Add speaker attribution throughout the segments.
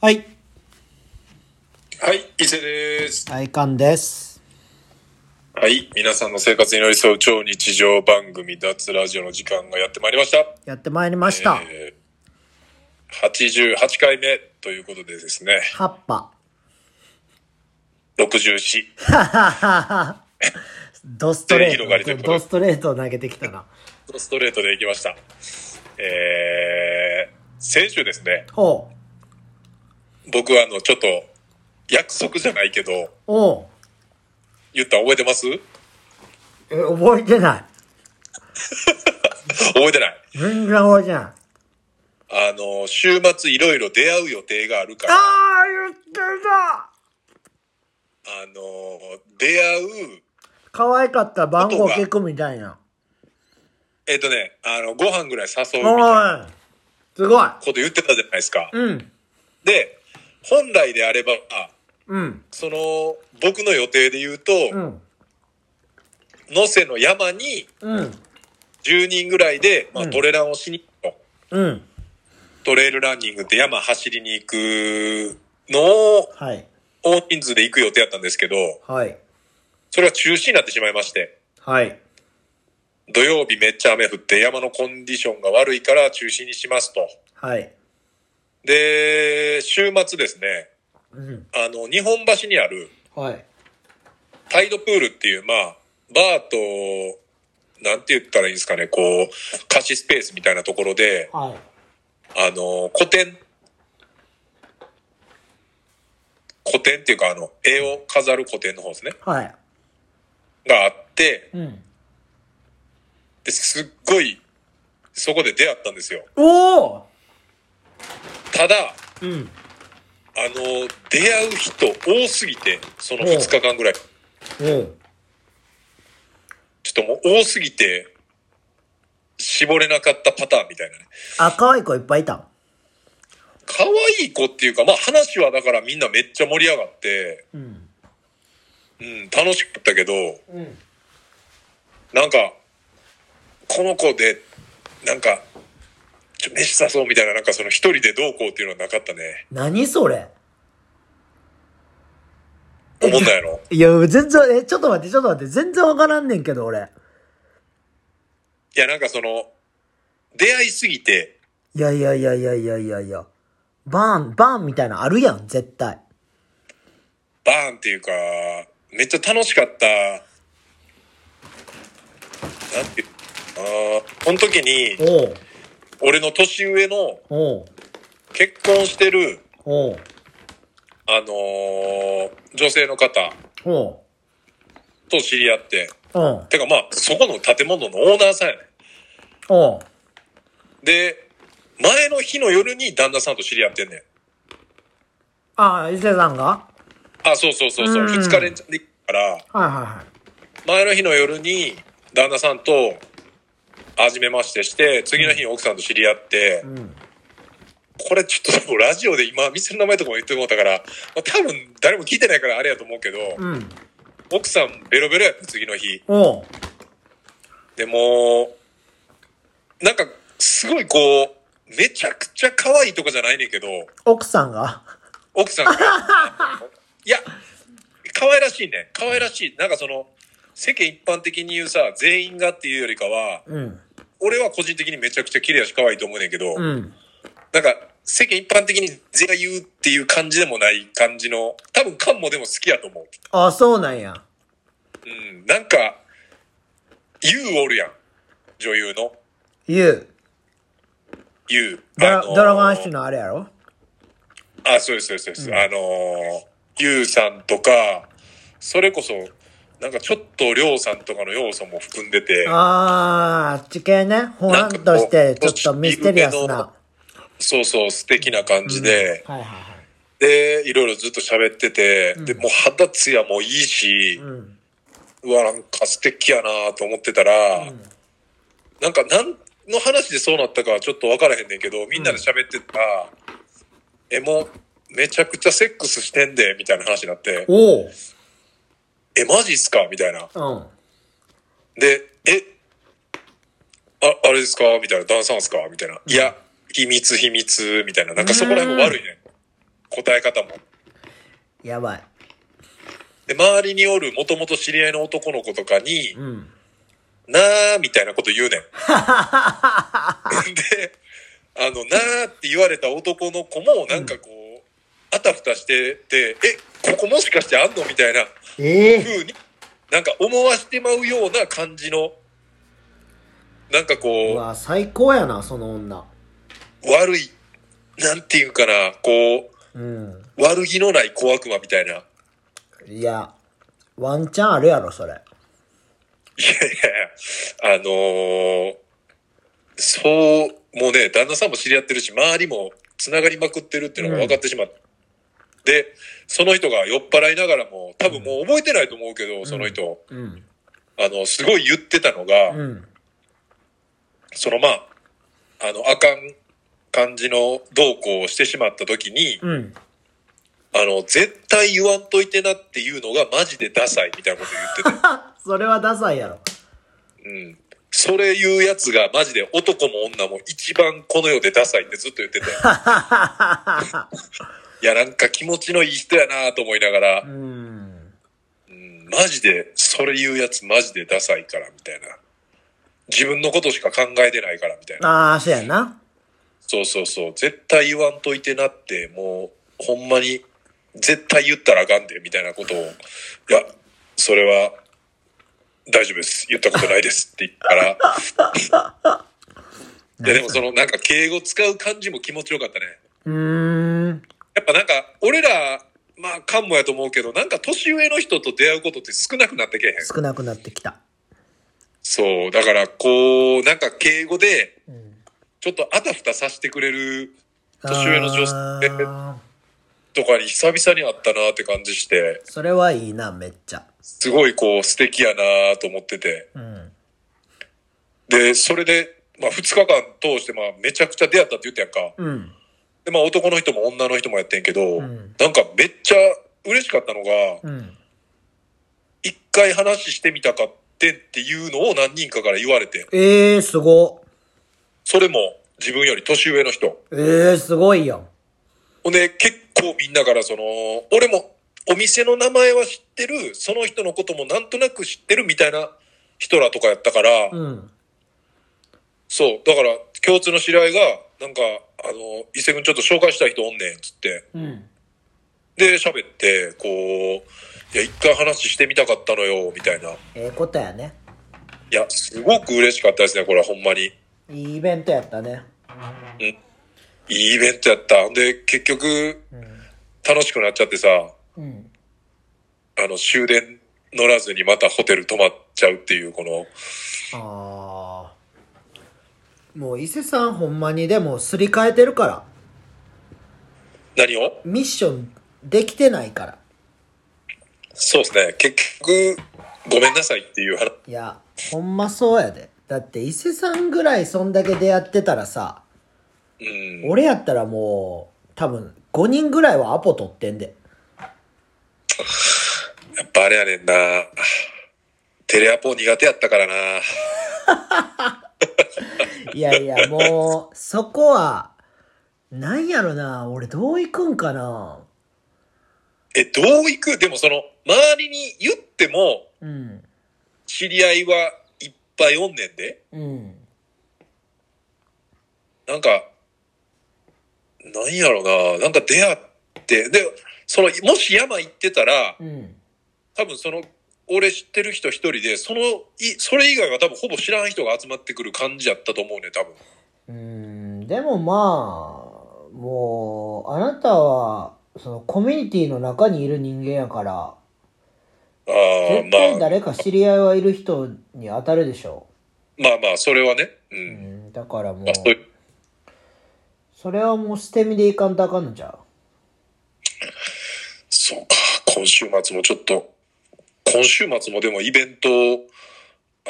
Speaker 1: はい、
Speaker 2: はい、伊勢です。
Speaker 1: 大観です。
Speaker 2: はい、皆さんの生活に寄り添う超日常番組、脱ラジオの時間がやってまいりました。
Speaker 1: やってまいりました。
Speaker 2: えー、88回目ということでですね、
Speaker 1: 葉っぱ。
Speaker 2: 64。
Speaker 1: ドストレ
Speaker 2: 全員広がりという
Speaker 1: ー
Speaker 2: こ
Speaker 1: ト。
Speaker 2: とで
Speaker 1: ドストレートを投げてきたな。
Speaker 2: ストレートでいきました。えー、先週ですね、
Speaker 1: ほう。
Speaker 2: 僕はあの、ちょっと、約束じゃないけど、
Speaker 1: おう。
Speaker 2: 言ったの覚えてます
Speaker 1: え、覚えてない。
Speaker 2: 覚えてない。
Speaker 1: 全然覚えてない。あ
Speaker 2: あの、週末いろいろ出会う予定があるから、あ
Speaker 1: あー、言ってた
Speaker 2: の、出会う、
Speaker 1: 可愛かった番号聞くみたいな。
Speaker 2: えっ、とね、あの、ご飯ぐらい誘うみたいな。
Speaker 1: おい。すごい。
Speaker 2: こと言ってたじゃないですか。
Speaker 1: うん。
Speaker 2: で、本来であれば、あ
Speaker 1: うん。
Speaker 2: その、僕の予定で言うと、
Speaker 1: うん。
Speaker 2: 能勢の山に
Speaker 1: うん。
Speaker 2: 10人ぐらいで、まあ、
Speaker 1: うん
Speaker 2: トレランをしに行くと、
Speaker 1: うん。
Speaker 2: トレイルランニングって山走りに行くのを、
Speaker 1: はい。
Speaker 2: 大人数で行く予定だったんですけど、
Speaker 1: はい。
Speaker 2: それは中止になってしまいまして、
Speaker 1: はい。
Speaker 2: 土曜日めっちゃ雨降って山のコンディションが悪いから中止にしますと。
Speaker 1: はい。
Speaker 2: で、週末ですね、
Speaker 1: うん。
Speaker 2: あの、日本橋にある、
Speaker 1: はい。
Speaker 2: タイドプールっていう、まあ、バーと、なんて言ったらいいんですかね、こう、貸しスペースみたいなところで、
Speaker 1: はい。
Speaker 2: あの、古典、古典っていうか、あの、絵を飾る古典の方ですね、
Speaker 1: はい。
Speaker 2: があって、
Speaker 1: うん。
Speaker 2: ですっごい、そこで出会ったんですよ。
Speaker 1: おお
Speaker 2: ただ、
Speaker 1: うん。
Speaker 2: あの、出会う人多すぎて、その2日間ぐらい、ち
Speaker 1: おう。
Speaker 2: ょっともう多すぎて、絞れなかったパターンみたいなね。
Speaker 1: あ、可愛い子いっぱいいた。
Speaker 2: 可愛い子っていうか、まあ話はだからみんなめっちゃ盛り上がって、
Speaker 1: うん。
Speaker 2: うん、楽しかったけど、
Speaker 1: うん。
Speaker 2: なんか、この子で、なんか、ちょ、飯誘そうみたいな、なんかその一人でどうこうっていうのはなかったね。
Speaker 1: 何それ
Speaker 2: 思んないの
Speaker 1: いや、全然、え、ちょっと待って、ちょっと待って、全然わからんねんけど、俺。
Speaker 2: いや、なんかその、出会いすぎて、
Speaker 1: いやいやいやいやいやいやいや。バーン、バーンみたいなのあるやん、絶対。
Speaker 2: バーンっていうか、めっちゃ楽しかった。なんていうあーこの時に、
Speaker 1: おう、
Speaker 2: 俺の年上の
Speaker 1: おう、
Speaker 2: 結婚してる、
Speaker 1: おう、
Speaker 2: あのー女性の方
Speaker 1: おう、
Speaker 2: と知り合って、
Speaker 1: おう、
Speaker 2: てかまあ、そこの建物のオーナーさんやね
Speaker 1: おう。
Speaker 2: で、前の日の夜に旦那さんと知り合ってんねん。
Speaker 1: ああ、伊勢さんがは
Speaker 2: あ、そうそうそうそう、
Speaker 1: うん
Speaker 2: 2日連チャンで行くから、
Speaker 1: いはいは
Speaker 2: 前の日の夜に旦那さんと、初めましてして、次の日に奥さんと知り合って
Speaker 1: い。う、ん。
Speaker 2: これちょっと多分ラジオで今、店の名前とかも言ってもらったから、まあ、多分誰も聞いてないからあれやと思うけど、
Speaker 1: うん。
Speaker 2: 奥さんベロベロやった次の日。
Speaker 1: おう、
Speaker 2: でも、なんか、すごいこう、めちゃくちゃ可愛いとかじゃないねんけど、
Speaker 1: 奥さんが
Speaker 2: 奥さんが、いや、可愛らしいね。可愛らしい。なんかその、世間一般的に言うさ、全員がっていうよりかは、
Speaker 1: うん。
Speaker 2: 俺は個人的にめちゃくちゃ綺麗やし可愛いと思うねんけど、
Speaker 1: うん。
Speaker 2: なんか、世間一般的に全員が言うっていう感じでもない感じの、多分カンもでも好きやと思う。
Speaker 1: ああ、そうなんや。
Speaker 2: うん、なんか、優おるやん。女優の。
Speaker 1: ゆう。
Speaker 2: 優。
Speaker 1: ドラ、
Speaker 2: あのー
Speaker 1: ドラゴンアッシュのあれやろ
Speaker 2: あ、そうです、そうですそうです、
Speaker 1: うん
Speaker 2: あのー、ゆうさんとか、それこそ、なんかちょっとりょうさんとかの要素も含んでて、
Speaker 1: ああ、あっち系ね。ほわんとして、ちょっとミステリアスな。
Speaker 2: そうそう、素敵な感じで、
Speaker 1: はいはいはい。
Speaker 2: で、いろいろずっと喋ってて、
Speaker 1: うん
Speaker 2: で、もう肌ツヤもいいし
Speaker 1: う、ん。
Speaker 2: うわ、なんか素敵やなと思ってたら、
Speaker 1: うん
Speaker 2: なんか何の話でそうなったかはちょっとわからへんねんけど、みんなで喋ってたら、え、もう、めちゃくちゃセックスしてんで、みたいな話になって、
Speaker 1: おう。
Speaker 2: え、マジっすかみたいな。
Speaker 1: うん。
Speaker 2: で、え、あ、あれですかみたいな、ダンサーですかみたいな。いや、秘密秘密、みたいな。なんかそこら辺も悪いね。答え方も。
Speaker 1: やばい。
Speaker 2: で、周りにおる、もともと知り合いの男の子とかに
Speaker 1: う、ん。
Speaker 2: なーみたいなこと 言うねん。で、あの、なーって言われた男の子も、なんかこう、あたふたしてて、え、ここもしかしてあんのみたいな
Speaker 1: ええ
Speaker 2: 風に、なんか思わしてまうような感じの、なんか
Speaker 1: う
Speaker 2: こ
Speaker 1: わ、最高やな、その女。
Speaker 2: う、悪い、なんていうかな、こ
Speaker 1: うん。
Speaker 2: う、悪気のない小悪魔みたいな。い や
Speaker 1: いや、ワンチャンあるやろ、それ。
Speaker 2: いやいや、あのーそう、もうね、旦那さんも知り合ってるし、周りも繋がりまくってるっていうのが分かってしまった。で、その人が酔っ払いながらも、多分もう覚えてないと思うけど、その人。
Speaker 1: うん。
Speaker 2: あの、すごい言ってたのが、
Speaker 1: うん。
Speaker 2: そのまあ、あの、あかん感じの動向をしてしまった時に、
Speaker 1: うん。
Speaker 2: あの、絶対言わんといてなっていうのがマジでダサいみたいなこと言って
Speaker 1: あそれはダサいやろ。
Speaker 2: て。うん。それ言うやつがマジで男も女も一番この世でダサいってずっと言ってて。いや、なんか気持ちのいい人やなと思いながら
Speaker 1: う、ん。
Speaker 2: うん、マジで、それ言うやつマジでダサいからみたいな。自分のことしか考えてないからみたいな。
Speaker 1: ああ、そうやな。
Speaker 2: そうそうそう。絶対言わんといてなって、もう、ほんまに、絶対言ったらあかんで、みたいなことを、いや、それは、大丈夫です。言ったことないです。って言ったら、いや、でもその、なんか、敬語使う感じも気持ちよかったね。
Speaker 1: うーん。
Speaker 2: やっぱなんか、俺ら、まあ、かんもやと思うけど、なんか、年上の人と出会うことって少なくなってけへん。
Speaker 1: 少なくなってきた。
Speaker 2: そう。だから、こう、なんか、敬語で、
Speaker 1: うん。
Speaker 2: ちょっとあたふたさせてくれる年上の女性
Speaker 1: あー
Speaker 2: とかに久々に会ったなって感じして、
Speaker 1: それはいいな、めっちゃ。
Speaker 2: すごいこう素敵やなと思ってて。
Speaker 1: うん。
Speaker 2: で、それで、まあ2日間通してまあめちゃくちゃ出会ったって言ったやんか。
Speaker 1: うん。
Speaker 2: で、まあ男の人も女の人もやってんけど、
Speaker 1: うん
Speaker 2: なんかめっちゃ嬉しかったのが、
Speaker 1: うん。
Speaker 2: 一回話してみたかってっていうのを何人かから言われて、
Speaker 1: ええー、すご。
Speaker 2: それも自分より年上の人。
Speaker 1: ええー、すごいよ。
Speaker 2: ほんで結構みんなからその、俺もお店の名前は知ってる、その人のこともなんとなく知ってるみたいな人らとかやったから、
Speaker 1: うん。
Speaker 2: そう。だから、共通の知り合いが、なんか、あの、伊勢君ちょっと紹介したい人おんねん、つって。
Speaker 1: うん。
Speaker 2: で、喋って、こう、いや、一回話してみたかったのよ、みたいな。い
Speaker 1: ええことやね。
Speaker 2: や、すごく嬉しかったですね、これはほんまに。
Speaker 1: いいイベントやったね。
Speaker 2: いいイベントやった。で、結局、楽しくなっちゃってさ、あ
Speaker 1: うん。
Speaker 2: の、終電乗らずにまたホテル泊まっちゃうっていう、この、
Speaker 1: ああ。もう伊勢さんほんまにでもすり替えてるから。
Speaker 2: 何を
Speaker 1: ミッションできてないから。
Speaker 2: そうですね、結局、ごめんなさいっていう話。
Speaker 1: いや、ほんまそうやで。だって伊勢さんぐらいそんだけ出会ってたらさ、
Speaker 2: うん。
Speaker 1: 俺やったらもう、多分5人ぐらいはアポ取ってんで。
Speaker 2: やっぱあれやねんな。テレアポ苦手やったからな。
Speaker 1: いやいや、もう、そこは、なんやろな、俺どう行くんかな。
Speaker 2: え、どう行くでもその、周りに言っても、
Speaker 1: うん。
Speaker 2: 知り合いはいっぱいおんねんで。
Speaker 1: うん。
Speaker 2: なんか、なんやろな。なんか出会って、で、その、もし山行ってたら、
Speaker 1: うん。
Speaker 2: 多分その、俺知ってる人一人で、その、い、それ以外は多分ほぼ知らん人が集まってくる感じやったと思うね、多分。
Speaker 1: うーん、でもまあ、もう、あなたは、そのコミュニティの中にいる人間やから、
Speaker 2: あ
Speaker 1: 絶
Speaker 2: あ、
Speaker 1: 対
Speaker 2: まあ、
Speaker 1: 誰か知り合いはいる人に当たるでしょ
Speaker 2: まあまあ、それはね。う。
Speaker 1: う。うんん、だからもう
Speaker 2: まあ、、そういう、
Speaker 1: それはもう捨て身でいかんとあかんのじゃ
Speaker 2: そうか、今週末もちょっと、今週末もでもイベントを、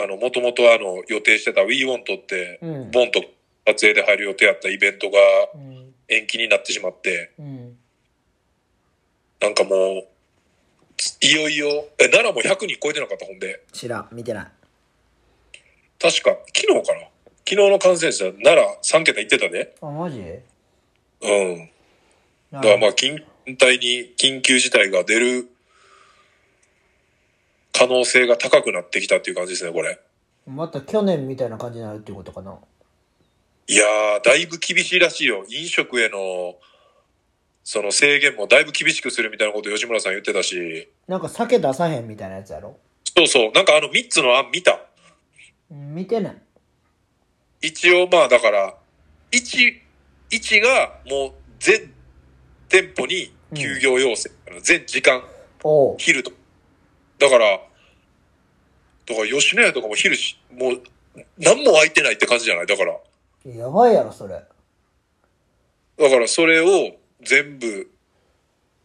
Speaker 2: あの、もともとあの、予定してた WeWant って、
Speaker 1: うん
Speaker 2: ボンと撮影で入る予定やったイベントが
Speaker 1: う。うん、
Speaker 2: 延期になってしまって、
Speaker 1: うん。
Speaker 2: なんかもう、ついよいよ、え、奈良も100人超えてなかった、ほんで。
Speaker 1: 知らん、見てない。
Speaker 2: 確か、昨日かな昨日の感染者、奈良3桁いってたね。
Speaker 1: あ、マジ
Speaker 2: うん。
Speaker 1: な
Speaker 2: だから
Speaker 1: る
Speaker 2: まあ、緊全体に緊急事態が出る可能性が高くなってきたっていう感じですね、これ。
Speaker 1: また去年みたいな感じになるっていうことかな。
Speaker 2: いやー、だいぶ厳しいらしいよ。飲食への、その制限もだいぶ厳しくするみたいなこと吉村さん言ってたし。
Speaker 1: なんか酒出さへんみたいなやつやろ
Speaker 2: そうそう。なんかあの3つの案見た。
Speaker 1: うん見てない。
Speaker 2: 一応まあだから、1、1がもう全店舗に休業要請。全時間、
Speaker 1: おう。
Speaker 2: 昼と。だから、だから吉野家とかも昼し、もう何も空いてないって感じじゃないだから。
Speaker 1: やばいやろ、それ。
Speaker 2: だからそれを全部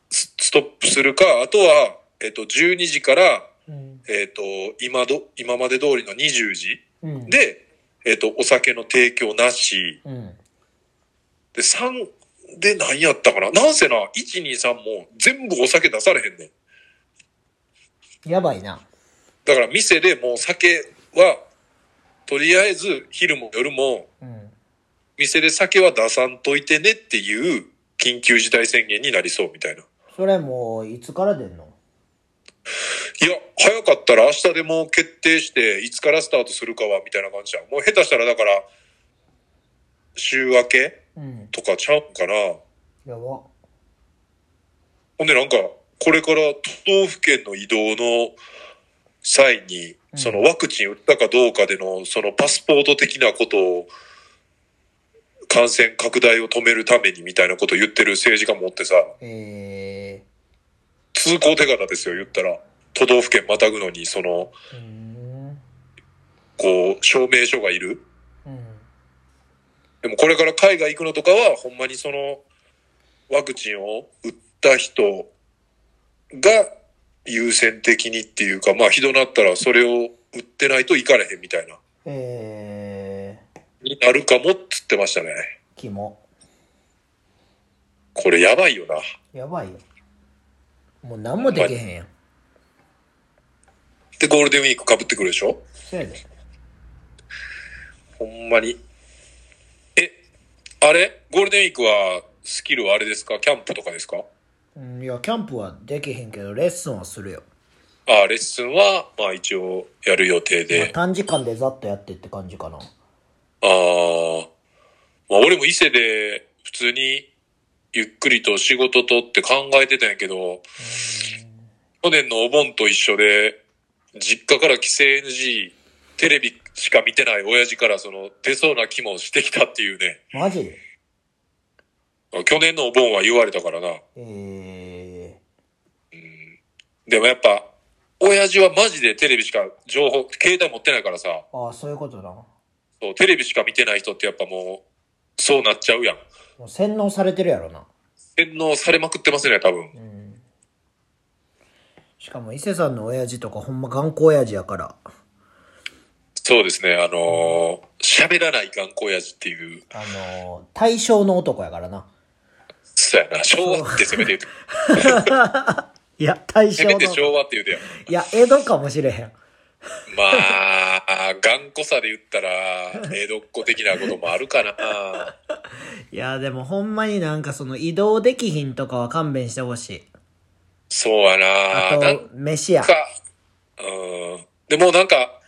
Speaker 2: スストップするか、あとは、えっと、12時から、
Speaker 1: うん。
Speaker 2: えっと、今ど、今まで通りの20時
Speaker 1: うん。
Speaker 2: で、えっと、お酒の提供なし、
Speaker 1: うん。
Speaker 2: で、3で何やったかななんせな、1、2、3も全部お酒出されへんねん。
Speaker 1: やばいな。
Speaker 2: だから店でもう酒は、とりあえず昼も夜も、
Speaker 1: うん。
Speaker 2: 店で酒は出さんといてねっていう緊急事態宣言になりそうみたいな。
Speaker 1: それもう、いつから出んの
Speaker 2: いや、早かったら明日でもう決定して、いつからスタートするかは、みたいな感じじゃん。もう下手したらだから、週明け
Speaker 1: うん。
Speaker 2: とかちゃうんかな。
Speaker 1: やば。
Speaker 2: ほんでなんか、これから都道府県の移動の際に、
Speaker 1: うん
Speaker 2: そのワクチン打ったかどうかでの、そのパスポート的なことを、感染拡大を止めるためにみたいなことを言ってる政治家もおってさ、
Speaker 1: え
Speaker 2: 通行手形ですよ、言ったら。都道府県またぐのに、その、
Speaker 1: ー。うーん。
Speaker 2: こう、証明書がいる。
Speaker 1: うん。
Speaker 2: でもこれから海外行くのとかは、ほんまにその、ワクチンを打った人が優先的にっていうか、まあ、ひどなったらそれを打ってないと行かれへんみたいな、
Speaker 1: えー。
Speaker 2: になるかもっつってましたね。
Speaker 1: 肝。
Speaker 2: これやばいよな。
Speaker 1: やばいよ。もう何もできへんやん。
Speaker 2: で、ゴールデンウィーク被ってくるでしょ
Speaker 1: そやで。
Speaker 2: ほんまに。え、あれゴールデンウィークは、スキルはあれですかキャンプとかですか
Speaker 1: うん、いや、キャンプはできへんけど、レッスンはするよ。
Speaker 2: あ、レッスンは、まあ一応やる予定
Speaker 1: まあ
Speaker 2: で。
Speaker 1: 短時間でざっとやってって感じかな。
Speaker 2: ああ、まあ俺も伊勢で普通にゆっくりと仕事とって考えてたんやけど、去年のお盆と一緒で、実家から帰省 NG、テレビしか見てない親父からその出そうな気もしてきたっていうね。
Speaker 1: マジ
Speaker 2: 去年のお盆は言われたからな。
Speaker 1: え
Speaker 2: でもやっぱ、親父はマジでテレビしか情報、携帯持ってないからさ、
Speaker 1: ー、ああ、そういうことな。も
Speaker 2: そうテレビしか見てない人ってやっぱもう、そうなっちゃうやん。
Speaker 1: う洗脳されてるやろな。
Speaker 2: 洗脳されまくってますね、多分。
Speaker 1: うん。しかも、伊勢さんの親父とかほんま頑固親父やから。
Speaker 2: そうですね、あのー喋らない頑固親父っていう、
Speaker 1: あのー、対象の男やからな。
Speaker 2: そうやな、昭和ってせめて言うて、
Speaker 1: いや、対象
Speaker 2: せ
Speaker 1: の
Speaker 2: め。て昭和って言うてやん。
Speaker 1: いや、江戸かもしれへん。
Speaker 2: まあ、頑固さで言ったら、江戸っ子的なこともあるかな。
Speaker 1: いや、でもほんまになんかその移動できひんとかは勘弁してほしい。
Speaker 2: そうやな、な
Speaker 1: あ
Speaker 2: ん
Speaker 1: と、飯や。
Speaker 2: か、うん。でもなんか、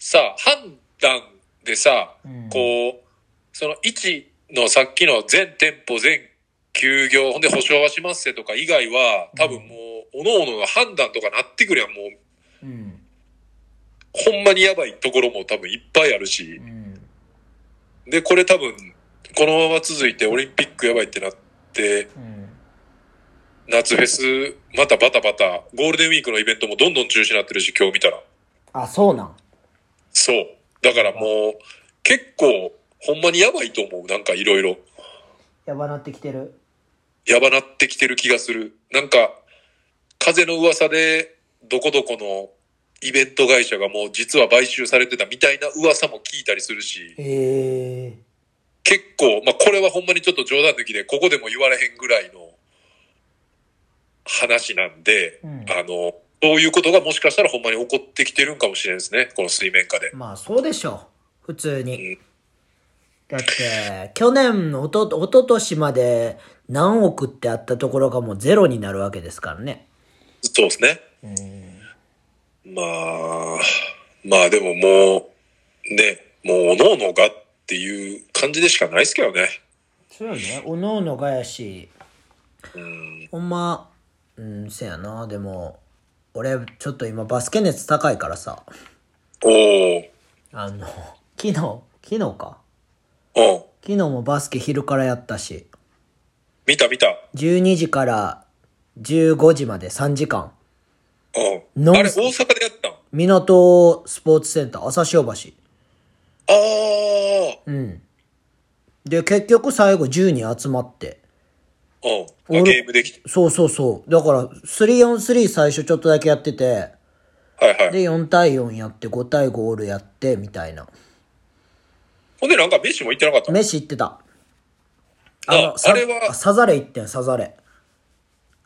Speaker 2: さ、判断でさ、
Speaker 1: うん
Speaker 2: こう、その1のさっきの全店舗全休業、ほんで保証はしますせとか以外は、多分もう、各々の判断とかなってくるやん、もう。
Speaker 1: うん。
Speaker 2: ほんまにやばいところも多分いっぱいあるし
Speaker 1: う、ん。
Speaker 2: で、これ多分、このまま続いてオリンピックやばいってなって、
Speaker 1: うん。
Speaker 2: 夏フェス、またバタバタ、ゴールデンウィークのイベントもどんどん中止になってるし、今日見たら。
Speaker 1: あ、そうなん。
Speaker 2: そう。だからもう、結構、ほんまにやばいと思う。なんかいろいろ。
Speaker 1: やばなってきてる。
Speaker 2: やばなってきてる気がする。なんか、風の噂で、どこどこのイベント会社がもう実は買収されてたみたいな噂も聞いたりするし、
Speaker 1: ええ
Speaker 2: 結構、まあこれはほんまにちょっと冗談抜きで、ここでも言われへんぐらいの話なんで、
Speaker 1: うん
Speaker 2: あの、そういうことがもしかしたらほんまに起こってきてるんかもしれないですね。この水面下で。
Speaker 1: まあそうでしょう。普通に
Speaker 2: うん。
Speaker 1: だって、去年のおと、おととしまで何億ってあったところがもうゼロになるわけですからね。
Speaker 2: そうですね。
Speaker 1: うん。
Speaker 2: まあ、まあでももう、ね、もう、おのおのがっていう感じでしかないですけどね。
Speaker 1: そうよね。おのおのがやし、
Speaker 2: うん。
Speaker 1: ほんま、うん、せやな。でも、俺、ちょっと今バスケ熱高いからさ、
Speaker 2: おー、
Speaker 1: あの、 昨日、昨日か。
Speaker 2: うん。
Speaker 1: 昨日もバスケ昼からやったし、
Speaker 2: 見た見た。
Speaker 1: 12時から15時まで3時間。
Speaker 2: うん。
Speaker 1: ノン
Speaker 2: あれ、大阪でやったんあ
Speaker 1: 港スポーツセンター、朝潮橋。
Speaker 2: あ
Speaker 1: うん。で、結局最後10人集まって。
Speaker 2: ー、うん。
Speaker 1: 俺
Speaker 2: あゲームできて。
Speaker 1: そうそうそう。だから、3on3 最初ちょっとだけやってて、
Speaker 2: はいはい。
Speaker 1: で、4対4やって、5対5オールやって、みたいな。
Speaker 2: ほんで、なんか飯も行ってなかったの
Speaker 1: 飯行ってた。
Speaker 2: あ
Speaker 1: さ
Speaker 2: あれは
Speaker 1: サザレ行ってん、サザレ。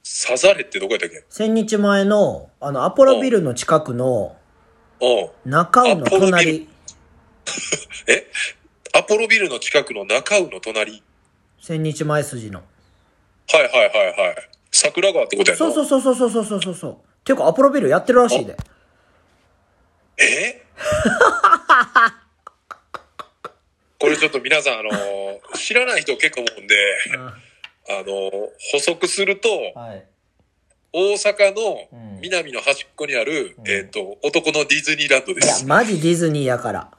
Speaker 2: サザレってどこやったっけ
Speaker 1: 千日前の、あの、アポロビルの近くの、
Speaker 2: うん。
Speaker 1: 中尾の
Speaker 2: アポロビ
Speaker 1: 隣、
Speaker 2: えアポロビルの近くの中尾の隣。
Speaker 1: 千日前筋の。
Speaker 2: はいはいはいはい。桜川ってことやな。
Speaker 1: そうそうそうそうそうそうそうそう。ていうか、アポロビルやってるらしいで。
Speaker 2: え これちょっと皆さん、あのー知らない人結構多いんで、あのー補足すると、
Speaker 1: はい。
Speaker 2: 大阪の
Speaker 1: うん
Speaker 2: 南の端っこにある、
Speaker 1: うん
Speaker 2: えっ、と、男のディズニーランドで
Speaker 1: いや、
Speaker 2: す。
Speaker 1: マジディズニーやから。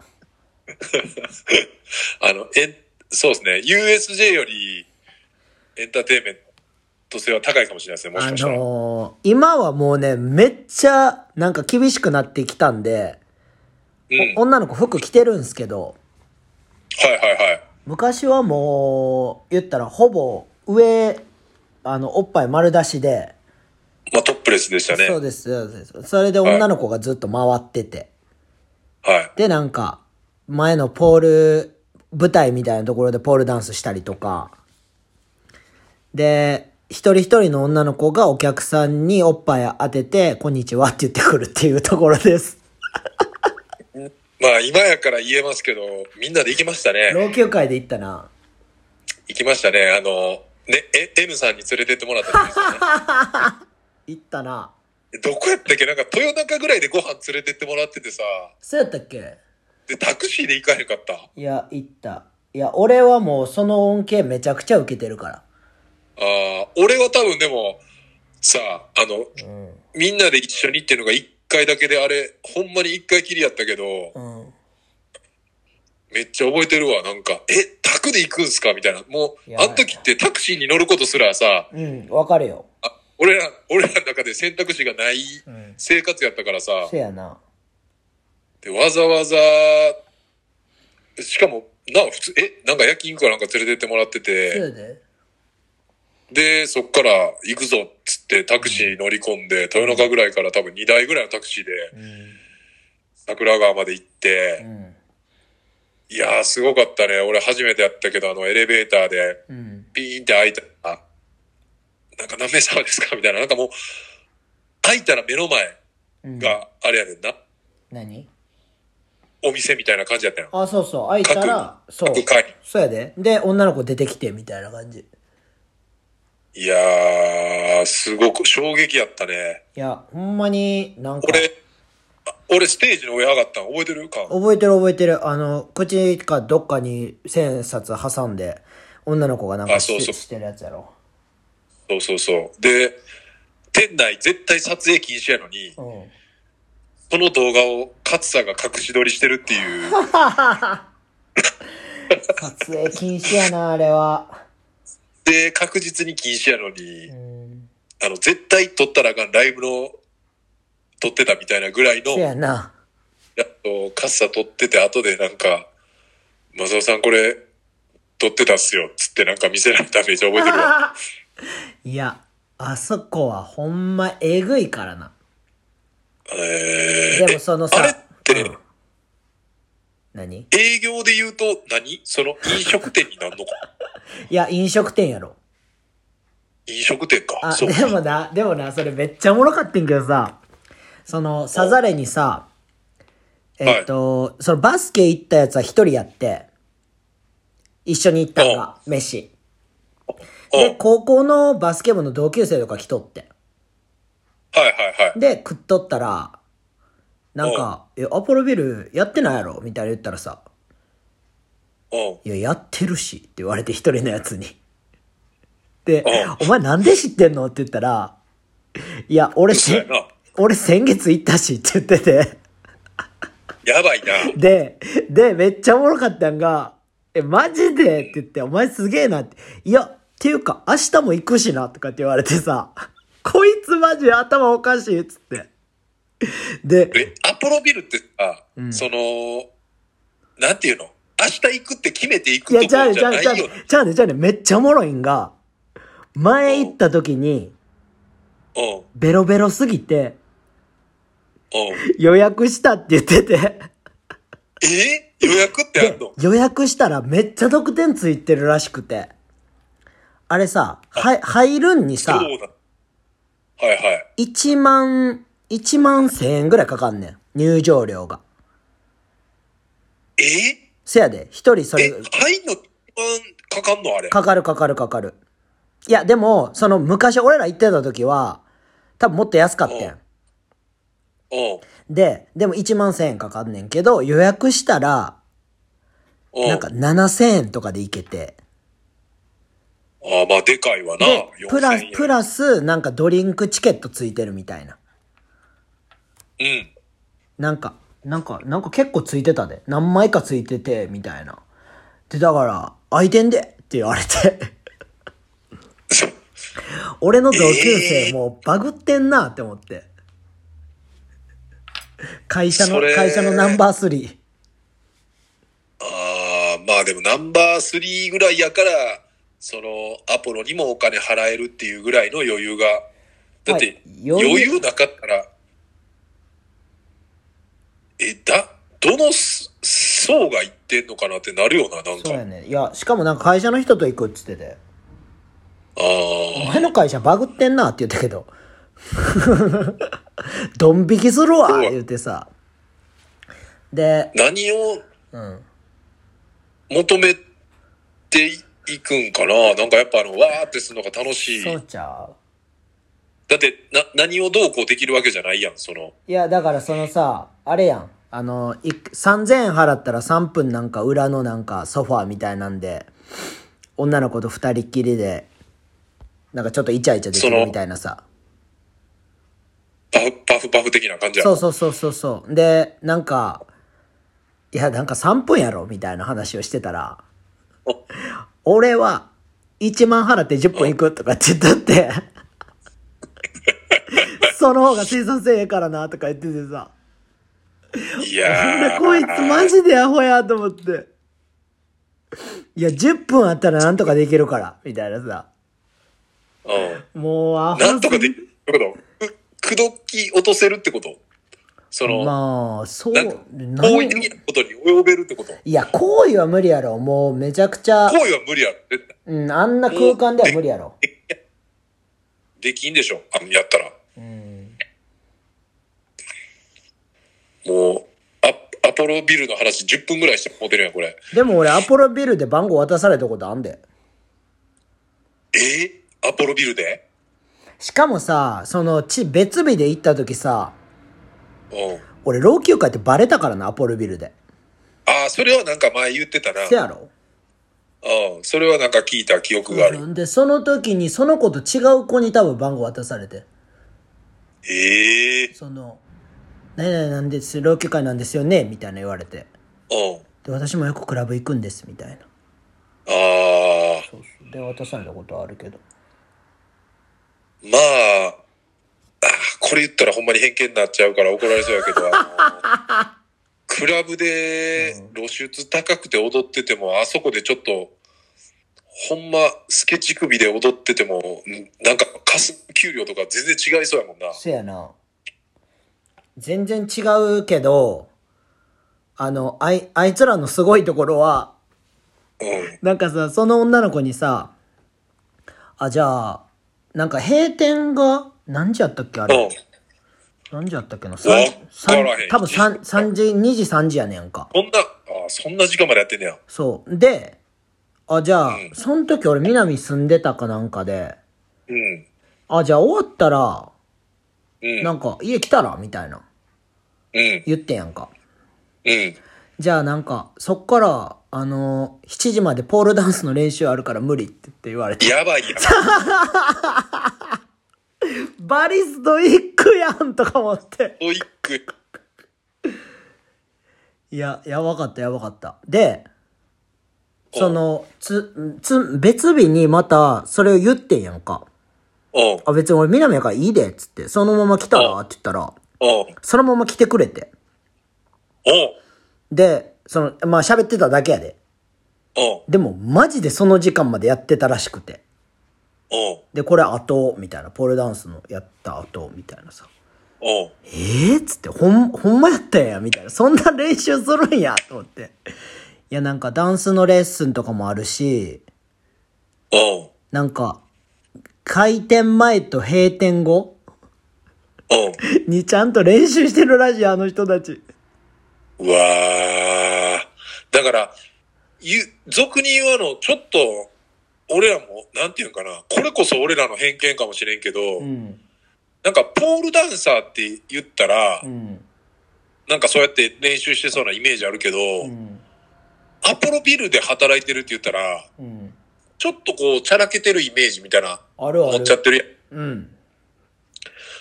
Speaker 2: あの、えん、そうですね、USJ よりエンターテインメント性は高いかもしれないですね、もし
Speaker 1: あ
Speaker 2: かしたら。
Speaker 1: のー今はもうね、めっちゃ、なんか厳しくなってきたんで、
Speaker 2: うん。
Speaker 1: お女の子服着てるんすけど、
Speaker 2: はいはいはい。
Speaker 1: 昔はもう、言ったらほぼ、上、あの、おっぱい丸出しで、
Speaker 2: まあ、トップレスでしたね。
Speaker 1: そうです、そうです。それで女の子がずっと回ってて、
Speaker 2: はい。
Speaker 1: で、なんか、前のポール、舞台みたいなところでポールダンスしたりとか、で、一人一人の女の子がお客さんにおっぱい当てて、こんにちはって言ってくるっていうところです。
Speaker 2: まあ、今やから言えますけど、みんなで行きましたね。
Speaker 1: 老朽会で行ったな。
Speaker 2: 行きましたね。あの、ね、え、M さんに連れてってもらったんですよね。
Speaker 1: 行ったな。
Speaker 2: どこやったっけなんか豊中ぐらいでご飯連れてってもらっててさ、
Speaker 1: そうやったっけ
Speaker 2: で、タクシーで行かへんかった。あ
Speaker 1: いや、行った。いや、俺はもうその恩恵めちゃくちゃ受けてるから。
Speaker 2: あ、俺は多分でも、さ、あの、
Speaker 1: うん。
Speaker 2: みんなで一緒にっていうのが一回だけで、あれ、ほんまに一回きりやったけど、
Speaker 1: うん。
Speaker 2: めっちゃ覚えてるわ。なんか、え、タクで行くんすかみたいな。もう
Speaker 1: い、や
Speaker 2: あの時ってタクシーに乗ることすらさ、
Speaker 1: うん、わかるよ。
Speaker 2: あ俺ら、俺らの中で選択肢がない
Speaker 1: うん。
Speaker 2: 生活やったからさ、
Speaker 1: せやな。
Speaker 2: で、わざわざ、しかも、な、普通、え、なんか夜勤かなんか連れてってもらっ
Speaker 1: そ
Speaker 2: て
Speaker 1: う
Speaker 2: て、
Speaker 1: やで。
Speaker 2: で、そっから行くぞっつってタクシー乗り込んで、豊中ぐらいから多分2台ぐらいのタクシーで
Speaker 1: う
Speaker 2: 桜川まで行っ
Speaker 1: ん。
Speaker 2: て、
Speaker 1: うん。
Speaker 2: いやーすごかったね。俺初めてやったけど、あのエレベーターで
Speaker 1: うん。
Speaker 2: ピーンって開いたら、なんか何名様ですかみたいな。なんかもう、開いたら目の前
Speaker 1: うん、
Speaker 2: があれやねんな。
Speaker 1: 何
Speaker 2: お店みたいな感じやったよ。
Speaker 1: あ、そうそう。開いたら、そう。
Speaker 2: 各階に。
Speaker 1: そうやで。で、女の子出てきて、みたいな感じ。い
Speaker 2: いやー、すごく衝撃やったね。
Speaker 1: や、ほんまになんか、
Speaker 2: 俺、あ俺ステージの上上がったの覚えてるか
Speaker 1: 覚えてる覚えてる。あの、口かどっかに千冊挟んで、女の子がなんか
Speaker 2: あそうそう
Speaker 1: ししてるやつやろ。
Speaker 2: そうそうそう。で、店内絶対撮影禁止や のに、
Speaker 1: うん。
Speaker 2: その動画を勝さんが隠し撮りしてるっていう、
Speaker 1: 撮影禁止やな、あれは。
Speaker 2: で、確実に禁止やのに
Speaker 1: う、ん。
Speaker 2: あの、絶対撮ったらあかんライブの撮ってたみたいなぐらいの
Speaker 1: そう、やな。
Speaker 2: やっと勝さん撮ってて後でなんか、マサオさんこれ撮ってたっすよ、つってなんか見せられためっちゃ覚えてるわ。
Speaker 1: いや、あそこはほんまえぐいからな。
Speaker 2: えー
Speaker 1: でもそのさ、
Speaker 2: あれって
Speaker 1: うん何い
Speaker 2: 営業で言うと何その飲食店にな るのか
Speaker 1: や、飲食店やろ。
Speaker 2: 飲食店か。
Speaker 1: あ、
Speaker 2: そう
Speaker 1: でもな、でもな、それめっちゃおもろかってんけどさ、その、サザレにさ、えっと、そのバスケ行ったやつは一人やって、一緒に行ったのが、飯。
Speaker 2: うん
Speaker 1: で、高校のバスケ部の同級生とか来とって。
Speaker 2: はいはいはい。
Speaker 1: で、食っとったら、なんか、え、アポロビルやってないやろみたいな言ったらさ、
Speaker 2: うん。
Speaker 1: いや、やってるし、って言われて一人のやつに。でお
Speaker 2: う、
Speaker 1: 前なんで知ってんのって言ったら、いや、俺
Speaker 2: 嘘や
Speaker 1: せ
Speaker 2: な、
Speaker 1: 俺先月行ったしって言ってて、
Speaker 2: やばいな。
Speaker 1: で、で、めっちゃおもろかったんが、え、マジでって言って、お前すげえなって、いや、っていうか明日も行くしな、とかって言われてさ、こいつマジ頭おかしいっつって。で、
Speaker 2: え、アポロビルってさ、
Speaker 1: うん
Speaker 2: その、なんていうの明日行くって決めて行
Speaker 1: い
Speaker 2: く
Speaker 1: や、
Speaker 2: と
Speaker 1: じゃあ
Speaker 2: こ
Speaker 1: ね、
Speaker 2: じ
Speaker 1: じゃあ
Speaker 2: ゃな
Speaker 1: ね、
Speaker 2: い
Speaker 1: じゃあ
Speaker 2: よ
Speaker 1: ね。、じゃあね、じゃあね、めっちゃおもろいんが、前行った時に、
Speaker 2: うん。
Speaker 1: ベロベロすぎて、
Speaker 2: うん。
Speaker 1: 予約したって言ってて、
Speaker 2: え予約ってあんの
Speaker 1: 予約したらめっちゃ得点ついてるらしくて。あれさ、は、入るんに
Speaker 2: そう
Speaker 1: さ
Speaker 2: な、のはいはい。
Speaker 1: 1万、1万1000円ぐらいかかんねん。入場料が。
Speaker 2: え
Speaker 1: せやで、一人そ
Speaker 2: え
Speaker 1: れ、、
Speaker 2: 入んの一番かかんのあれ。
Speaker 1: かかるかかるかかる。いや、でも、その昔俺ら行ってた時は、多分もっと安かったやん。
Speaker 2: うん。
Speaker 1: で、でも1万1000円かかんねんけど、予約したら、
Speaker 2: うん。
Speaker 1: なんか7000円とかで行けて。
Speaker 2: ああ、まあ、でかいわな。
Speaker 1: で、プラ
Speaker 2: 4000
Speaker 1: ス
Speaker 2: 円、
Speaker 1: プラス、なんかドリンクチケットついてるみたいな。
Speaker 2: うん。
Speaker 1: なんか、なんか、なんか結構ついてたで。何枚かついてて、みたいな。で、だから、空いてんでって言われて。
Speaker 2: そう
Speaker 1: 俺の同級生
Speaker 2: えー
Speaker 1: もうバグってんなって思って。会社の
Speaker 2: そ、れ
Speaker 1: 会社のナンバー3。
Speaker 2: ああ、まあでもナンバー3ぐらいやから、その、アポロにもお金払えるっていうぐらいの余裕が。だっ
Speaker 1: はい
Speaker 2: て、
Speaker 1: 余
Speaker 2: 余
Speaker 1: 裕
Speaker 2: 裕なかったら、え、だ、どのす層が行ってんのかなってなるよな、なん
Speaker 1: そう
Speaker 2: か。
Speaker 1: やね。いや、しかもなんか会社の人と行くっつってて。
Speaker 2: あ
Speaker 1: お
Speaker 2: あ、
Speaker 1: 前の会社バグってんなって言ったけど。 ドン引きするわ言ってさ。で、
Speaker 2: 何を
Speaker 1: うん。
Speaker 2: 求めていくんかななんかやっぱあの、わーってするのが楽しい。
Speaker 1: そうちゃう
Speaker 2: だって、な、何をどうこうできるわけじゃないやん、その。
Speaker 1: いや、だからそのさ、あれやん。あの、い3000円払ったら3分なんか裏のなんかソファーみたいなんで、女の子と二人っきりで、なんかちょっとイチャイチャでき
Speaker 2: そ
Speaker 1: る
Speaker 2: の
Speaker 1: みたいなさ。
Speaker 2: パフ、パフパフ的な感じやん
Speaker 1: そうそうそうそうそう。で、なんか、いや、なんか3分やろみたいな話をしてた ら、
Speaker 2: お
Speaker 1: 俺は1万払って10分行くとかって言った って、その方が生産性ええからなとか言っててさ。
Speaker 2: い
Speaker 1: なん
Speaker 2: や
Speaker 1: だ
Speaker 2: ー
Speaker 1: こいつマジでアホやと思って。いや、10分あったらなんとかできるから、みたいなさ。
Speaker 2: うん。
Speaker 1: もうアホすぎ
Speaker 2: なんとかできるってことく、くどき落とせるってことその、
Speaker 1: まあ、そう、
Speaker 2: なんか、
Speaker 1: 何
Speaker 2: 行為的なことに及べるってこと
Speaker 1: いや、行為は無理やろ。もうめちゃくちゃ、
Speaker 2: 行為は無理やろ。絶対
Speaker 1: うん、あんな空間では無理やろ。
Speaker 2: できんでしょ。あの、やったら。
Speaker 1: うん。
Speaker 2: もう、アアポロビルの話10分ぐらいして持てるやん、これ。
Speaker 1: でも俺、アポロビルで番号渡されたことあんで。
Speaker 2: えー、アポロビルで
Speaker 1: しかもさ、その、ち、別日で行った時さ、
Speaker 2: うん。
Speaker 1: 俺、老朽化ってバレたからな、アポロビルで。
Speaker 2: ああ、それはなんか前言ってたな。
Speaker 1: せやろ
Speaker 2: うん。それはなんか聞いた記憶がある。
Speaker 1: うんで、その時に、その子と違う子に多分番号渡されて。
Speaker 2: ええ
Speaker 1: その「何々なんです老朽化なんですよね」みたいな言われて
Speaker 2: うん。
Speaker 1: で私もよくクラブ行くんですみたいな
Speaker 2: ああ。
Speaker 1: そうそうで渡されたことはあるけど
Speaker 2: まあ、あーこれ言ったらほんまに偏見になっちゃうから怒られそうやけど、あ のクラブで露出高くて踊ってても、あそこでちょっと、ほんま、スケチ首で踊ってても、んなんか、かす、給料とか全然違いそうやもんな。
Speaker 1: せやな全然違うけどあのあいあいつらのすごいところは
Speaker 2: うん。
Speaker 1: なんかさその女の子にさあじゃあなんか閉店が何時やったっけあ
Speaker 2: うん
Speaker 1: れ。何時やったっけな
Speaker 2: わ
Speaker 1: 三
Speaker 2: から
Speaker 1: 三
Speaker 2: へん
Speaker 1: 多分三三時2時3時やねんか
Speaker 2: そんな、あーそんな時間までやってんねや。
Speaker 1: そう。で、あ、じゃあ
Speaker 2: うん、
Speaker 1: その時俺南住んでたかなんかで、
Speaker 2: うん。
Speaker 1: あ、じゃあ終わったら、
Speaker 2: うん。
Speaker 1: なんか家来たらみたいな
Speaker 2: うん。
Speaker 1: 言ってんやんか。
Speaker 2: うん。
Speaker 1: じゃあなんか、そっから、あのー、7時までポールダンスの練習あるから無理って言って言われて。
Speaker 2: やばいやん。
Speaker 1: バリスト一句やんとか思って。
Speaker 2: トイック。
Speaker 1: いや、やばかったやばかった。で、その、つ、つ、別日にまた、それを言ってんやんか。
Speaker 2: おう。
Speaker 1: あ、別に俺南やからいいで、っつって。そのまま来たらって言ったら、
Speaker 2: おう。
Speaker 1: そのまま来てくれて。
Speaker 2: おう。
Speaker 1: で、その、まあ喋ってただけやで。
Speaker 2: おう。
Speaker 1: でも、マジでその時間までやってたらしくて。
Speaker 2: おう。
Speaker 1: で、これ後、みたいな。ポールダンスのやった後、みたいなさ。
Speaker 2: おう。
Speaker 1: えー、っつって、ほん、ほんまやったんや、みたいな。そんな練習するんや、と思って。いや、なんかダンスのレッスンとかもあるし、
Speaker 2: おう。
Speaker 1: なんか、開店前と閉店後
Speaker 2: おう。
Speaker 1: にちゃんと練習してるらしい、あの人たち。
Speaker 2: うわー。だから、ゆ、俗に言うあの、ちょっと、俺らも、なんていうんかな、これこそ俺らの偏見かもしれんけど、
Speaker 1: ん。
Speaker 2: なんか、ポールダンサーって言ったら、
Speaker 1: ん。
Speaker 2: なんかそうやって練習してそうなイメージあるけど、
Speaker 1: ん。
Speaker 2: アポロビルで働いてるって言ったら、
Speaker 1: うん。
Speaker 2: ちょっとこう、ちゃらけてるイメージみたいな、
Speaker 1: あるあ
Speaker 2: 思っちゃっ
Speaker 1: る。
Speaker 2: てるやん。
Speaker 1: うん。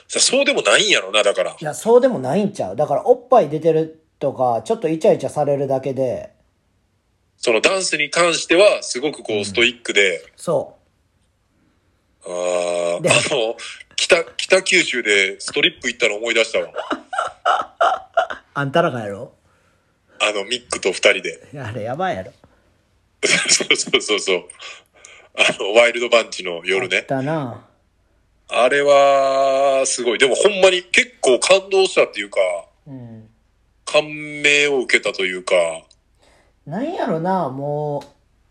Speaker 2: さそうでもないんやろな、だから
Speaker 1: い。や、そうでもないんちゃう。だから、おっぱい出てるとか、ちょっとイチャイチャされるだけで、
Speaker 2: そのダンスに関しては、すごくこう、ストイックで、
Speaker 1: そ
Speaker 2: あーあ
Speaker 1: で
Speaker 2: の、北、北九州でストリップ行ったの思い出したわ。
Speaker 1: う。あんたらがやろ
Speaker 2: あの、ミックと二人で。
Speaker 1: いやあれ、やばいやろ。
Speaker 2: そうそうそうそう。あの、ワイルドバンチの夜ね。
Speaker 1: だな
Speaker 2: あれは、すごい。でもほんまに結構感動したっていうか、
Speaker 1: うん。
Speaker 2: 感銘を受けたというか、
Speaker 1: なんやろなも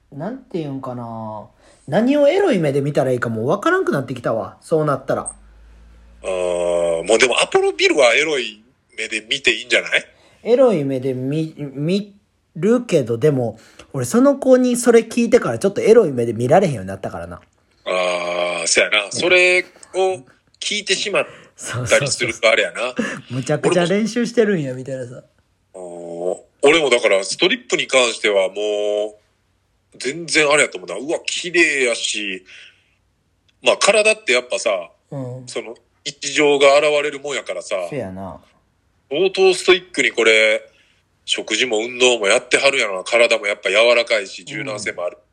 Speaker 1: うなんていうんかな何をエロい目で見たらいいかもう分からんくなってきたわそうなったら
Speaker 2: あーもうでもアポロビルはエロい目で見ていいんじゃない
Speaker 1: エロい目で見見るけどでも俺その子にそれ聞いてからちょっとエロい目で見られへんようになったからな
Speaker 2: ああ、そやな。それを聞いてしまっ
Speaker 1: そうそ
Speaker 2: た
Speaker 1: う
Speaker 2: りす
Speaker 1: そう
Speaker 2: るとあれやな。
Speaker 1: むちゃくちゃ練習してるんやみたいなさ
Speaker 2: おー俺もだからストリップに関してはもう、全然あれやと思うな。うわ、綺麗やし、まあ体ってやっぱさ、
Speaker 1: うん
Speaker 2: その、一常が現れるもんやからさ、
Speaker 1: せやな
Speaker 2: 相当ストイックにこれ、食事も運動もやってはるやろな。体もやっぱ柔らかいし、柔軟性もある。っ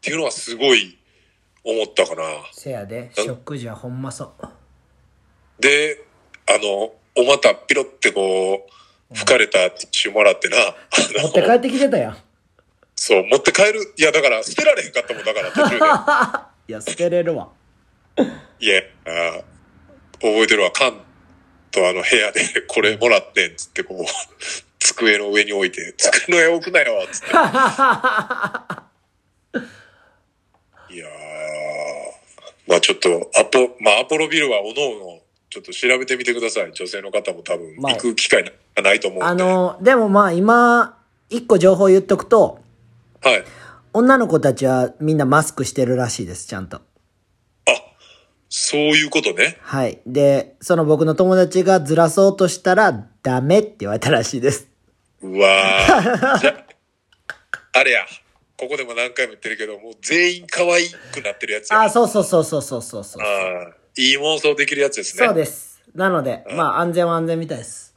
Speaker 2: ていうのはすごい思ったかな。
Speaker 1: せやで食事はほんまそう
Speaker 2: で、あの、お股ピロってこう、吹かれたティッシュもらってな。あ
Speaker 1: 持
Speaker 2: の
Speaker 1: って帰ってきてたやん
Speaker 2: そう、持って帰る。いや、だから、捨てられへんかったもん、だから、途 中
Speaker 1: いや捨てれるわ
Speaker 2: で。いや、あー覚えてるわ、缶とあの部屋で、これもらってん、つって、こう、机の上に置いて、机の上置くなよ、 つって。いやー、まあちょっと、アポ、まあアポロビルは、おのおの、ちょっと調べてみてください。女性の方も多分、
Speaker 1: まあ
Speaker 2: 行く機会がないと思う
Speaker 1: あ
Speaker 2: んで。
Speaker 1: のでもまあ今一個情報言っとくと
Speaker 2: はい。
Speaker 1: 女の子たちはみんなマスクしてるらしいです、ちゃんと。
Speaker 2: あ、そういうことね。
Speaker 1: はい。で、その僕の友達がずらそうとしたらダメって言われたらしいです。
Speaker 2: うわーじゃあ、あれや。ここでも何回も言ってるけど、もう全員可愛くなってるやつや。
Speaker 1: あ、そうそうそうそうそうそうそう。
Speaker 2: あーいい妄想できるやつですね。
Speaker 1: そうです。なので、まあ安全は安全みたいです。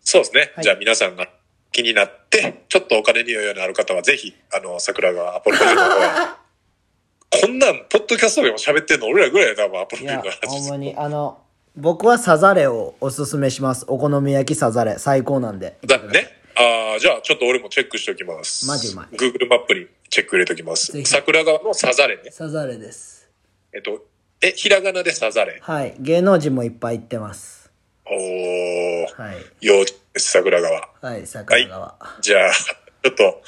Speaker 2: そうですね。
Speaker 1: はい
Speaker 2: じゃあ皆さんが気になって、ちょっとお金に余裕のある方は、ぜひ、あの、桜川アポロビルの方へ こんなん、ポッドキャストでも喋ってんの俺らぐらいや多分アポロ
Speaker 1: い
Speaker 2: ビルの
Speaker 1: や、ほん
Speaker 2: 話。
Speaker 1: まに、あの、僕はサザレをおすすめします。お好み焼きサザレ、最高なんで。
Speaker 2: だね。ああ、じゃあちょっと俺もチェックしておきます。
Speaker 1: マジうまい
Speaker 2: Google マップにチェック入れておきま
Speaker 1: ぜ
Speaker 2: す。
Speaker 1: ひ
Speaker 2: 桜川のサザレね。
Speaker 1: サザレです。
Speaker 2: えっと、え、ひらがなでサザレ。
Speaker 1: はい。芸能人もいっぱい行ってます。
Speaker 2: おー。
Speaker 1: はい。
Speaker 2: ようです、桜川。
Speaker 1: はい、桜川。
Speaker 2: じゃあ、 ちょっと、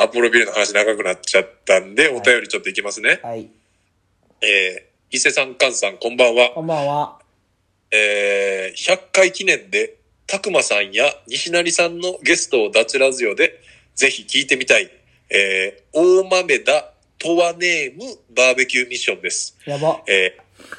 Speaker 2: アポロビルの話長くなっちゃったんで、お便りちょっといきますね。
Speaker 1: はい。
Speaker 2: えー伊勢さん、菅さん、こんばんは。
Speaker 1: こんばんは。
Speaker 2: えー100回記念で、たくまさんや西成さんのゲストを脱ラジオで、ぜひ聞いてみたい。ええー大豆田トワネームバーベキューミッションです。
Speaker 1: やば。
Speaker 2: えー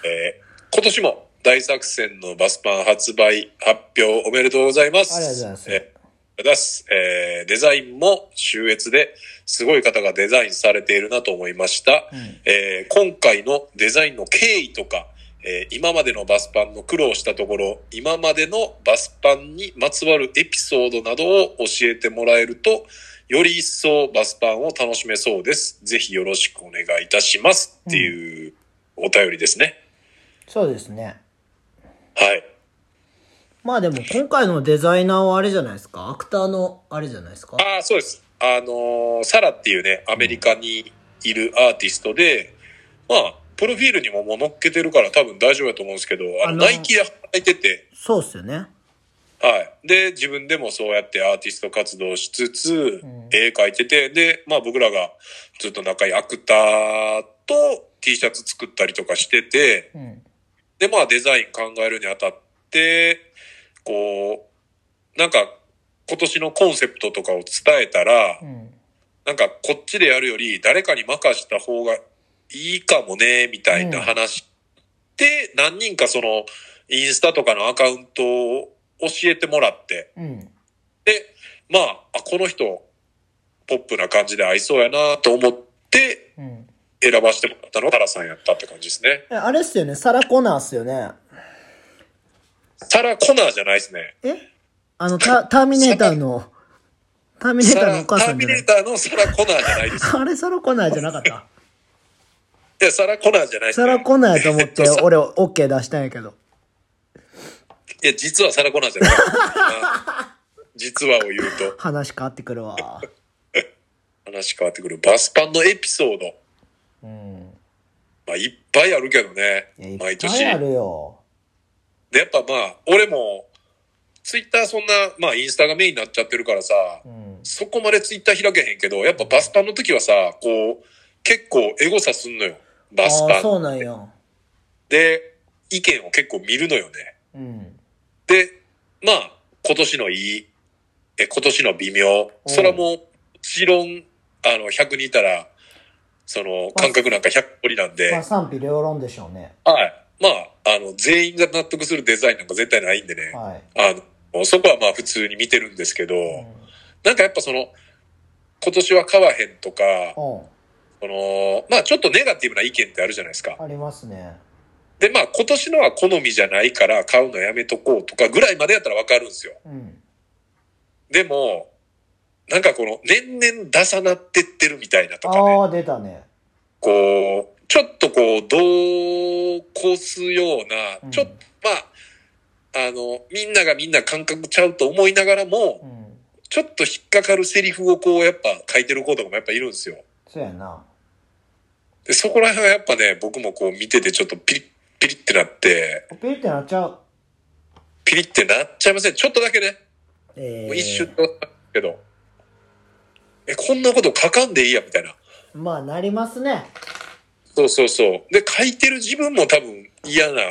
Speaker 2: えー今年も大作戦のバスパン発売発表おめでとうございます。
Speaker 1: ありがとうございます
Speaker 2: えーありがとうございます。えーデザインも秀逸で、すごい方がデザインされているなと思いました。
Speaker 1: うん
Speaker 2: えー今回のデザインの経緯とか、えー今までのバスパンの苦労したところ、今までのバスパンにまつわるエピソードなどを教えてもらえると、より一層バスパンを楽しめそうです。ぜひよろしくお願いいたします。っていうお便りですね。
Speaker 1: そうですね。
Speaker 2: はい。
Speaker 1: まあでも今回のデザイナーはあれじゃないですか。アクターのあれじゃないですか。
Speaker 2: ああ、そうです。あのーサラっていうね、アメリカにいるアーティストで、まあ、プロフィールにももう載っけてるから多分大丈夫だと思うんですけど、あ
Speaker 1: あ
Speaker 2: の、
Speaker 1: のー
Speaker 2: ナイキで働いてて、
Speaker 1: そうっすよね。
Speaker 2: はい。で、自分でもそうやってアーティスト活動しつつ、
Speaker 1: うん
Speaker 2: 絵描いてて、で、まあ僕らがずっと仲良いアクターと T シャツ作ったりとかしてて、
Speaker 1: うん。
Speaker 2: で、まあデザイン考えるにあたって、こう、なんか今年のコンセプトとかを伝えたら
Speaker 1: う、ん。
Speaker 2: なんかこっちでやるより誰かに任した方がいいかもね、みたいな話で、何人かそのインスタとかのアカウントを教えてもらって、
Speaker 1: うん。
Speaker 2: で、まあ、あこの人、ポップな感じで合いそうやなと思って、
Speaker 1: うん。
Speaker 2: 選ばせてもらったのがタラさんやったって感じですね。
Speaker 1: え、あれっすよね。サラ・コナーっすよね。
Speaker 2: タラ・コナーじゃないですね。
Speaker 1: えあの、タ、ターミネーターの、ターミネータ
Speaker 2: サ
Speaker 1: ーの
Speaker 2: ラ
Speaker 1: お
Speaker 2: タ
Speaker 1: 母さ
Speaker 2: ー
Speaker 1: ん
Speaker 2: ミ
Speaker 1: じゃな
Speaker 2: ネ
Speaker 1: い
Speaker 2: ー。ターのサラ・コナーじゃないです。
Speaker 1: あれ、サラ・コナーじゃなかった。
Speaker 2: いや、サラ・コナーじゃないです、
Speaker 1: サ
Speaker 2: ね。
Speaker 1: ラ・コナーやと思って
Speaker 2: えっと、
Speaker 1: 俺、オッケー出したんやけど。
Speaker 2: いや、実はサラ・コナーじ ゃない。あ実はを言うと、
Speaker 1: 話変わってくるわ。
Speaker 2: 話変わってくる。バスパンのエピソード。
Speaker 1: うん。
Speaker 2: まあ、いっぱいあるけどね
Speaker 1: いや、。い
Speaker 2: 毎
Speaker 1: っぱ
Speaker 2: 年。
Speaker 1: いあるよ。
Speaker 2: で、やっぱまあ、俺も、ツイッターそんな、まあ、インスタがメインになっちゃってるからさ、
Speaker 1: うん。
Speaker 2: そこまでツイッター開けへんけど、やっぱバスパンの時はさ、こう、結構エゴサすんのよ。バス
Speaker 1: ああ、そ
Speaker 2: パ
Speaker 1: う
Speaker 2: ン。
Speaker 1: なんや。
Speaker 2: で、意見を結構見るのよね。
Speaker 1: うん。
Speaker 2: で、まあ、今年のいい、え、今年の微妙。
Speaker 1: うん
Speaker 2: それはもう、もちろん、あの、100人いたら、その、感覚なんか100通りなんで、
Speaker 1: まあ、賛否両論でしょうね。
Speaker 2: はい。まあ、あの、全員が納得するデザインなんか絶対ないんでね。
Speaker 1: はい。
Speaker 2: あの、そこはまあ普通に見てるんですけど、
Speaker 1: うん。
Speaker 2: なんかやっぱその、今年は買わへんとか、
Speaker 1: うん
Speaker 2: この、まあちょっとネガティブな意見ってあるじゃないですか。
Speaker 1: ありますね。
Speaker 2: で、まあ今年のは好みじゃないから買うのやめとこうとかぐらいまでやったらわかるんですよ。
Speaker 1: うん。
Speaker 2: でも、なんかこの年々出さなってってるみたいなとかね。
Speaker 1: ああ、出たね。
Speaker 2: こう、ちょっとこう、どうこすよう
Speaker 1: うん
Speaker 2: な、ちょっと、まあ、あの、みんながみんな感覚ちゃうと思いながら
Speaker 1: う
Speaker 2: も、
Speaker 1: ん。
Speaker 2: ちょっと引っかかるセリフをこう、やっぱ書いてる子とかもやっぱいるんですよ。
Speaker 1: そうやな。
Speaker 2: で、そこら辺はやっぱね、僕もこう見ててちょっとピリッ、ピリってなって、
Speaker 1: ピリってなっちゃう。
Speaker 2: ピリってなっちゃいません。ちょっとだけね。
Speaker 1: えー
Speaker 2: もう一瞬だけど。え、こんなこと書かんでいいや、みたいな。
Speaker 1: まあ、なりますね。
Speaker 2: そうそうそう。で、書いてる自分も多分嫌な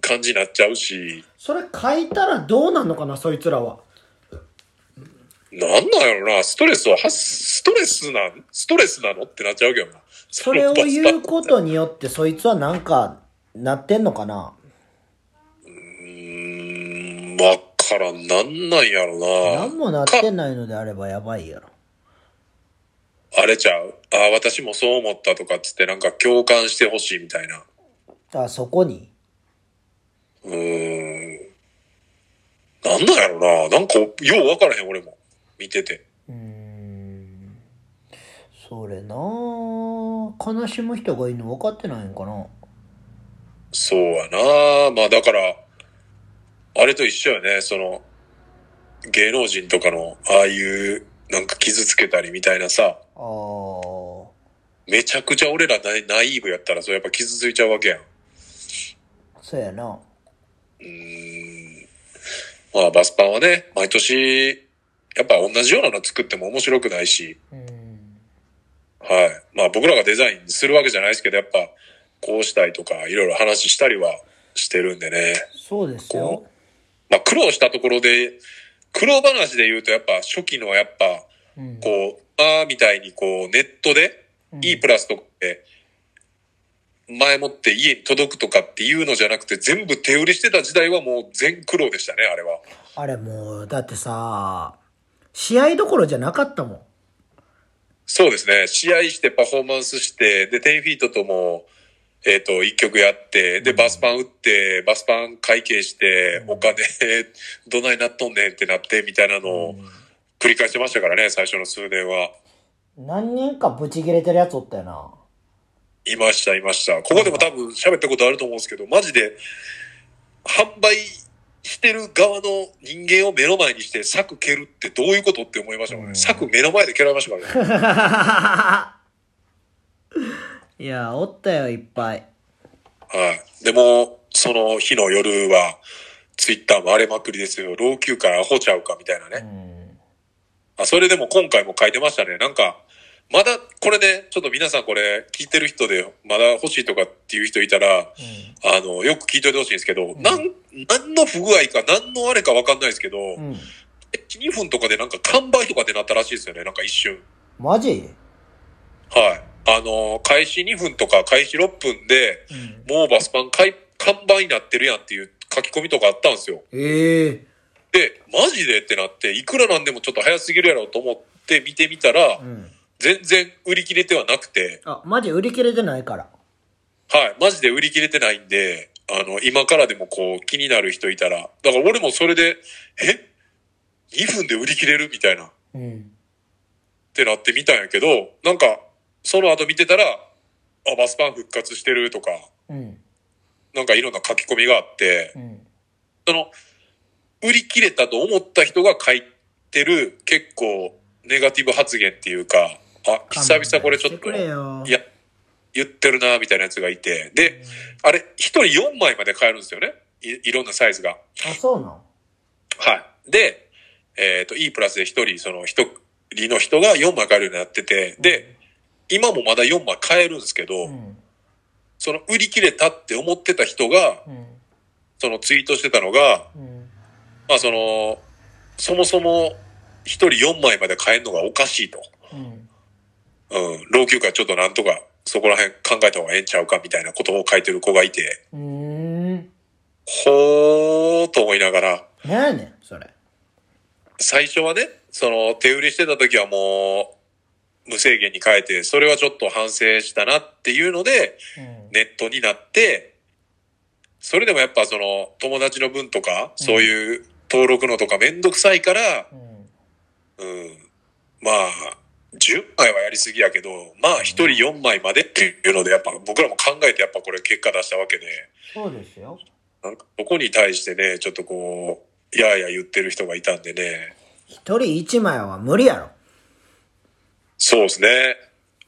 Speaker 2: 感じになっちゃうし、
Speaker 1: それ書いたらどうなんのかな、そいつらは。
Speaker 2: なんなんやろな、ストレスは発、ストレスなん、ストレスなのってなっちゃうけどな。
Speaker 1: それを言う
Speaker 2: こ
Speaker 1: ことによって、そいつはなんか、なってんのかな。
Speaker 2: うーん、わからん、なんなんやろな。
Speaker 1: 何もなってないのであればやばいやろ。
Speaker 2: あれちゃう。ああ、私もそう思ったとかっつって、なんか共感してほしいみたいな。
Speaker 1: あ、そこに。
Speaker 2: うーん。なんなんやろな。なんか、ようわからへん、俺も。見てて。
Speaker 1: うーん。それなあ悲しむ人がいるの分かってないんかな。
Speaker 2: そうやな。まあ、だから、あれと一緒よね。その、芸能人とかの、ああいう、なんか傷つけたりみたいなさ、
Speaker 1: ああ。
Speaker 2: めちゃくちゃ俺らナイナイーブやったら、それやっぱ傷ついちゃうわけやん。う
Speaker 1: そうやな。
Speaker 2: ーん。まあ、バスパンはね、毎年、やっぱ同じようなの作っても面白くないし、
Speaker 1: うん。
Speaker 2: はい。まあ僕らがデザインするわけじゃないですけど、やっぱこうしたいとかいろいろ話したりはしてるんでね。
Speaker 1: そうですよ
Speaker 2: こ。まあ苦労したところで、苦労話で言うとやっぱ初期のやっぱ
Speaker 1: うん。
Speaker 2: こう今みたいにこうネットで
Speaker 1: うん
Speaker 2: E プラスとかで前もって家に届くとかっていうのじゃなくて全部手売りしてた時代はもう全苦労でしたね、あれは。
Speaker 1: あれもう、だってさ、試合どころじゃなかったもん。
Speaker 2: そうですね。試合してパフォーマンスして、で、10フィートとも、えっ、と、1曲やって、で、バスパン打って、バスパン会計して、お金、どないなっとんねんってなって、みたいなのを繰り返してましたからね、最初の数年は。
Speaker 1: 何人かブチ切れてるやつおったよ な。
Speaker 2: いました、いました。ここでも多分喋ったことあると思うんですけど、マジで、販売してる側の人間を目の前にして、柵蹴るってどういうことって思いましたもん
Speaker 1: う
Speaker 2: ね。
Speaker 1: ん
Speaker 2: 柵目の前で蹴られました からね。
Speaker 1: いや、おったよ、いっぱい。
Speaker 2: はい。でも、その日の夜は、ツイッターも荒れまくりですよ。老朽化、アホちゃうか、みたいなね。
Speaker 1: うん。
Speaker 2: あ、それでも今回も書いてましたね。なんか、まだ、これね、ちょっと皆さんこれ、聞いてる人で、まだ欲しいとかっていう人いたら、あの、よく聞いといてほしいんですけど、
Speaker 1: ん
Speaker 2: なん、何の不具合か、何のあれかわかんないですけど、
Speaker 1: うん。うん。
Speaker 2: 2分とかでなんか完売とかってなったらしいですよね、なんか一瞬。
Speaker 1: マジ
Speaker 2: はい。あの、開始2分とか開始6分で、
Speaker 1: うん。
Speaker 2: もうバスパンかい完売になってるやんっていう書き込みとかあったんですよ。
Speaker 1: ええ
Speaker 2: で、マジでってなって、いくらなんでもちょっと早すぎるやろと思って見てみたら、
Speaker 1: うん。
Speaker 2: 全然売り切れてはなくて、
Speaker 1: あ、マジ売り切れてないから。
Speaker 2: はい、マジで売り切れてないんで、あの、今からでもこう気になる人いたら、だから俺もそれで、え ?2 分で売り切れるみたいな、っ
Speaker 1: うん。
Speaker 2: てなってみたんやけど、なんか、その後見てたら、あ、バスパン復活してるとか、
Speaker 1: うん。
Speaker 2: なんかいろんな書き込みがあって、
Speaker 1: うん。
Speaker 2: その、売り切れたと思った人が書いてる結構ネガティブ発言っていうか、あ、久々これちょっと、
Speaker 1: 勘弁してくれよ
Speaker 2: いや、言ってるなみたいなやつがいて、で、あれ、一人4枚まで買えるんですよね。いいろんなサイズが。
Speaker 1: あ、そうなん
Speaker 2: はい。で、えっ、と、E プラスで一人、その一人の人が4枚買えるようになってて、で、、今もまだ4枚買えるんですけど、
Speaker 1: うん。
Speaker 2: その売り切れたって思ってた人が、
Speaker 1: うん。
Speaker 2: そのツイートしてたのが、
Speaker 1: うん。
Speaker 2: まあその、そもそも一人4枚まで買えるのがおかしいと。
Speaker 1: うん。
Speaker 2: うん。老朽化ちょっとなんとか、そこら辺考えた方がええんちゃうかみたいなことを書いてる子がいて、
Speaker 1: うん。
Speaker 2: ほーと思いながら、
Speaker 1: なんやねん、それ。
Speaker 2: 最初はね、その手売りしてた時はもう無制限に変えて、それはちょっと反省したなっていうので、
Speaker 1: うん。
Speaker 2: ネットになって、それでもやっぱその友達の分とか、
Speaker 1: うん
Speaker 2: そういう登録のとかめんどくさいから、
Speaker 1: うん。
Speaker 2: うん、まあ、10枚はやりすぎやけど、まあ1人4枚までっていうので、やっぱ僕らも考えてやっぱこれ結果出したわけで、
Speaker 1: そうですよ。
Speaker 2: なんかそこに対してね、ちょっとこう、やーや言ってる人がいたんでね、
Speaker 1: 一人一枚は無理やろ。
Speaker 2: そうですね。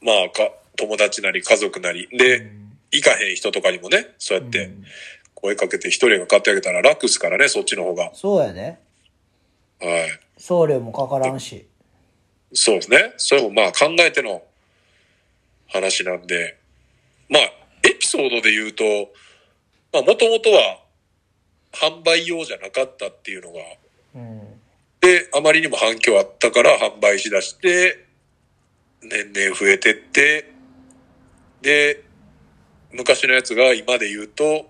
Speaker 2: まあか、友達なり家族なり。で、
Speaker 1: うん
Speaker 2: 行かへん人とかにもね、そうやっ
Speaker 1: う
Speaker 2: て
Speaker 1: ん
Speaker 2: 声かけて一人が買ってあげたら楽っすからね、そっちの方が。は
Speaker 1: そうやで。
Speaker 2: い。
Speaker 1: 送料もかからんし。
Speaker 2: そうですね。それもまあ考えての話なんで。まあ、エピソードで言うと、まあもともとは販売用じゃなかったっていうのが、
Speaker 1: うん。
Speaker 2: で、あまりにも反響あったから販売しだして、年々増えてって、で、昔のやつが今で言うと、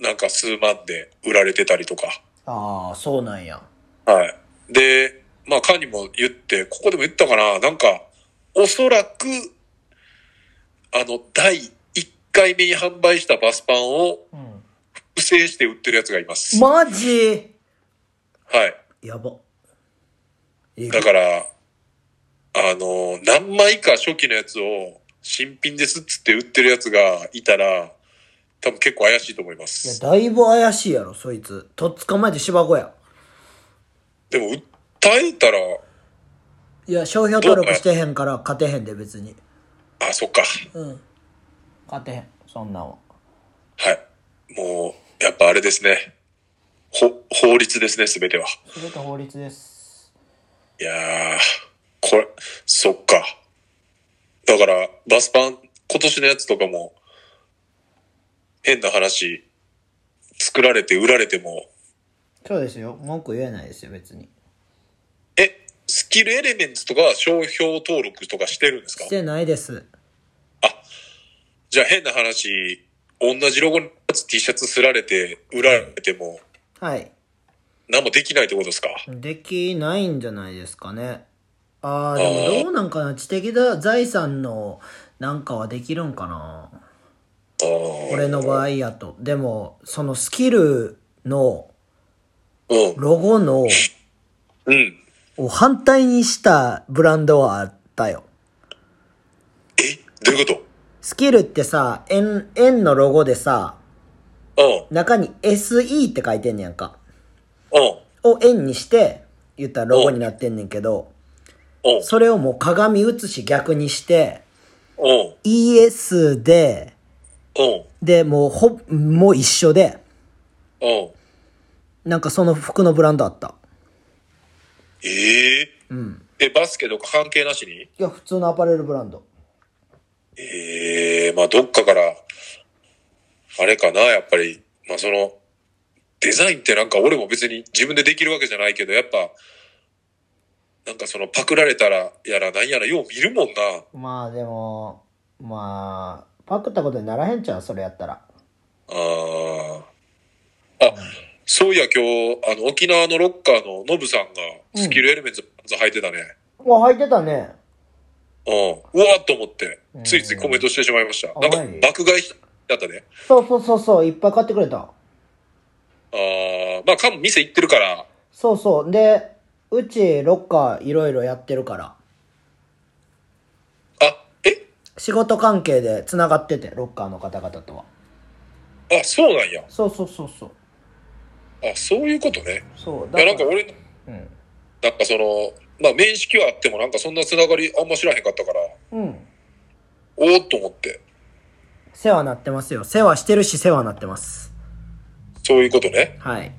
Speaker 2: なんか数万で売られてたりとか。
Speaker 1: ああ、そうなんや。
Speaker 2: はい。で、まあ、かにも言って、ここでも言ったかな、なんか、おそらく、あの、第1回目に販売したバスパンを
Speaker 1: うん。
Speaker 2: 不正して売ってるやつがいます。
Speaker 1: マジ
Speaker 2: はい。
Speaker 1: やば。えぐ
Speaker 2: だから、あの、何枚か初期のやつを新品ですっつって売ってるやつがいたら、多分結構怪しいと思いま
Speaker 1: いや、
Speaker 2: す。
Speaker 1: だいぶ怪しいやろ、そいつ。とっ捕まえて芝子や。
Speaker 2: でも、訴えたら、
Speaker 1: いや、商標登録してへんから勝てへんで、別に。
Speaker 2: あ、そっか。
Speaker 1: うん。勝てへん、そんなんは。
Speaker 2: はい。もう、やっぱあれですね。ほ、法律ですね、すべては。
Speaker 1: すべて法律です。
Speaker 2: いやー、これ、そっか。だから、バスパン、今年のやつとかも、変な話、作られて売られても、
Speaker 1: そうですよ。文句言えないですよ、別に。
Speaker 2: え、すキルエレメンツとか商標登録とかしてるんですか
Speaker 1: してないです。
Speaker 2: じゃあ変な話、同じロゴのやつ T シャツすられて、売られても、
Speaker 1: はい。
Speaker 2: 何もできないってことですか
Speaker 1: できないんじゃないですかね。ああ、でもどうなんかな知的だ財産のなんかはできるんかな
Speaker 2: あー
Speaker 1: 俺の場合やと。でも、そのスキルの
Speaker 2: うん。
Speaker 1: ロゴの
Speaker 2: うん。
Speaker 1: を反対にしたブランドはあったよ。
Speaker 2: えどういうこ
Speaker 1: スキルってさ、円、円のロゴでさ、
Speaker 2: と
Speaker 1: 中に SE って書いてんねやんか。
Speaker 2: うん。うん。
Speaker 1: を円にして、言ったらロゴになってんねんけど、
Speaker 2: うん。
Speaker 1: それをもう鏡写し逆にして、
Speaker 2: うん。
Speaker 1: ES で、
Speaker 2: うん。
Speaker 1: で、もうほ、もう一緒で、
Speaker 2: うん。
Speaker 1: なんかその服のブランドあった。
Speaker 2: ええ
Speaker 1: うん。
Speaker 2: え、バスケとか関係なしに
Speaker 1: いや、普通のアパレルブランド。
Speaker 2: ええまあどっかから、あれかな、やっぱり、まあその、デザインってなんか俺も別に自分でできるわけじゃないけど、やっぱ、なんかそのパクられたらやらなんやらよう見るもんな。
Speaker 1: まあでも、まあ、パクったことにならへんちゃうそれやったら。
Speaker 2: あーあ、そういや今日、あの沖縄のロッカーのノブさんがスキルエレメンツパンツ履いてたね。
Speaker 1: わ、履いてたね。
Speaker 2: うん。うわーっと思って、ついついコメントしてしまいました。
Speaker 1: うん
Speaker 2: なんか
Speaker 1: あマジ
Speaker 2: 爆買いだったね。
Speaker 1: そうそうそうそう、いっぱい買ってくれた。
Speaker 2: ああ、まあかも店行ってるから、
Speaker 1: そうそう。で、うちロッカーいろいろやってるから。
Speaker 2: あ、え
Speaker 1: 仕事関係で繋がってて、ロッカーの方々とは。
Speaker 2: あ、そうなんや。
Speaker 1: そうそうそうそう。
Speaker 2: あ、そういうことね。
Speaker 1: そう、
Speaker 2: いや、なんか俺、
Speaker 1: うん。
Speaker 2: なんかその、まあ面識はあってもなんかそんなつながりあんま知らへんかったから、
Speaker 1: うん。
Speaker 2: おーっと思って。
Speaker 1: 世話なってますよ。世話してるし、世話なってます。
Speaker 2: そういうことね。
Speaker 1: はい。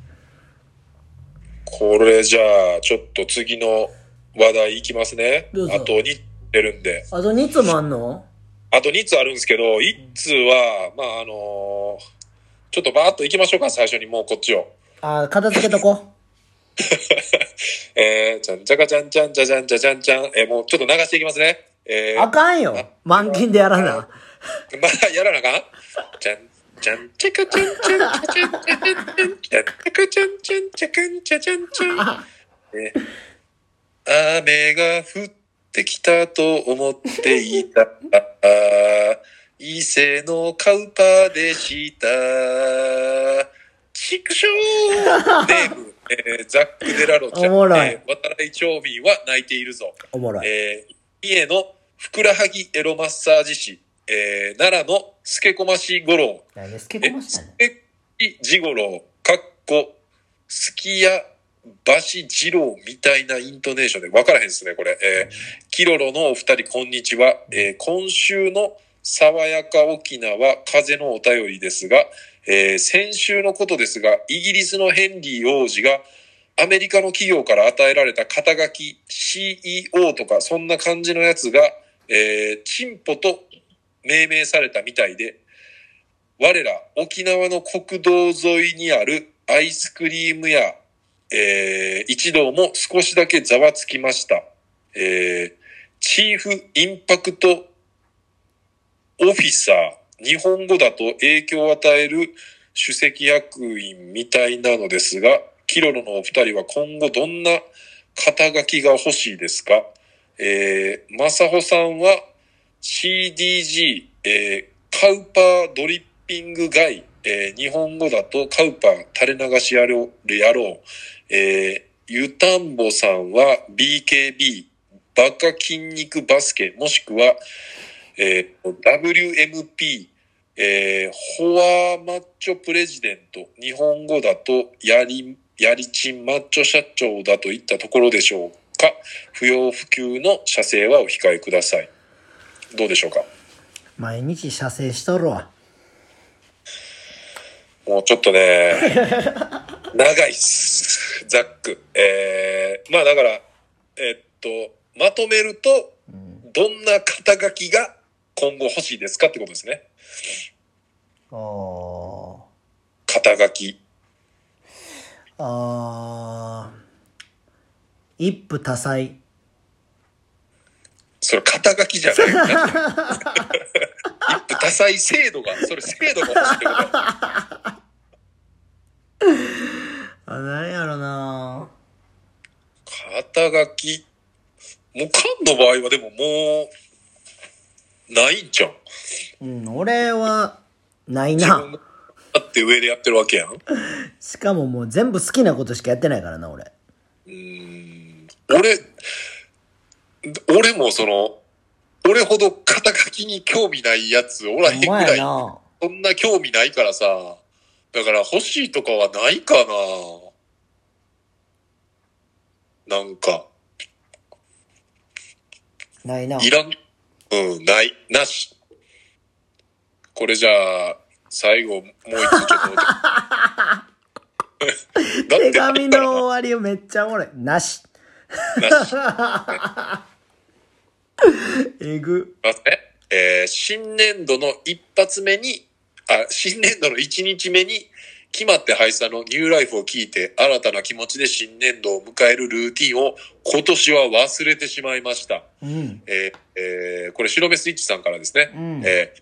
Speaker 2: これじゃあ、ちょっと次の話題いきますね。
Speaker 1: どうぞ
Speaker 2: あと2出るんで。
Speaker 1: あと2つもあんの
Speaker 2: あと2通あるんですけど、1通は、まああのーちょっとバーっと行きましょうか、最初にもうこっちを。
Speaker 1: あー、片付けと こ。
Speaker 2: えー、じゃんじゃかじゃんじゃんじゃじゃんじゃじゃんじゃん。えー、もうちょっと流していきますね。えー
Speaker 1: あかんよ。満勤でやらな。
Speaker 2: まあ、やらなあかんじゃん、じゃん、ちゃかちゃんちゃんちゃちゃんちゃんちゃんちゃん、じゃんちゃかちゃんちゃんちゃかんちゃちゃんちゃん。ね雨が降ってきたと思っていた。伊勢のカウパーでした。畜生ネーム、えーザック・デラロちゃん、
Speaker 1: おもろい
Speaker 2: えー渡来町民は泣いているぞ。
Speaker 1: おもろい。
Speaker 2: えー、三重のふくらはぎエロマッサージ師、えー、奈良のすけこまし五郎、
Speaker 1: 何ですけ
Speaker 2: え
Speaker 1: こましたね。
Speaker 2: えきじ五郎、かっこ、すきやばし二郎みたいなイントネーションで、わからへんですね、これ。えー、キロロのお二人、こんにちは。えー、今週の爽やか沖縄風のお便りですが、えー、先週のことですが、イギリスのヘンリー王子が、アメリカの企業から与えられた肩書き CEO とかそんな感じのやつが、えー、チンポと命名されたみたいで、我ら沖縄の国道沿いにあるアイスクリーム屋、えー、一同も少しだけざわつきました。えー、チーフインパクトオフィサー、日本語だと影響を与える主席役員みたいなのですが、キロロのお二人は今後どんな肩書きが欲しいですかえー、マサホさんは CDG、えーカウパードリッピングガイ、えー日本語だとカウパー垂れ流しやろう、やろう、えーゆたんぼさんは BKB、バカ筋肉バスケ、もしくは、えー WMP、えーフォアマッチョプレジデント、日本語だとやり、やりちんマッチョ社長だといったところでしょうか。不要不急の射精はお控えください。どうでしょうか
Speaker 1: 毎日射精しとるわ。
Speaker 2: もうちょっとね、長いっす。ざっく。えー、まあだから、えっと、まとめると、
Speaker 1: うん。
Speaker 2: どんな肩書きが今後欲しいですかってことですね。
Speaker 1: おー。
Speaker 2: 肩書き。
Speaker 1: あー。一夫多妻。
Speaker 2: それ肩書きじゃない。一夫多妻制度が、それ制度が欲しいってことや
Speaker 1: あ、何やろな
Speaker 2: 肩書き。もう菅の場合はでももう、ないんじゃん。
Speaker 1: うん、俺は、ない
Speaker 2: 自分
Speaker 1: な。
Speaker 2: があって上でやってるわけやん。う
Speaker 1: しかももう全部好きなことしかやってないからな、俺。
Speaker 2: ーん俺、俺もその、俺ほど肩書きに興味ないやつおらへんぐ
Speaker 1: お前
Speaker 2: らい、
Speaker 1: や
Speaker 2: そ
Speaker 1: な。
Speaker 2: んな興味ないからさ。だから欲しいとかはないかな。なんか、
Speaker 1: ないな。
Speaker 2: いらん。うん、ない。なし。これじゃあ、最後、もう一つちょっと。だ って
Speaker 1: 手紙の終わりをめっちゃおもろい。な し。
Speaker 2: なし。
Speaker 1: えぐ。
Speaker 2: すいませんえー新年度の一発目に、あ、新年度の一日目に、決まって敗者のニューライフを聞いて、新たな気持ちで新年度を迎えるルーティンを今年は忘れてしまいました。
Speaker 1: うん。
Speaker 2: えーえーこれ、白目スイッチさんからですね。
Speaker 1: うん
Speaker 2: えー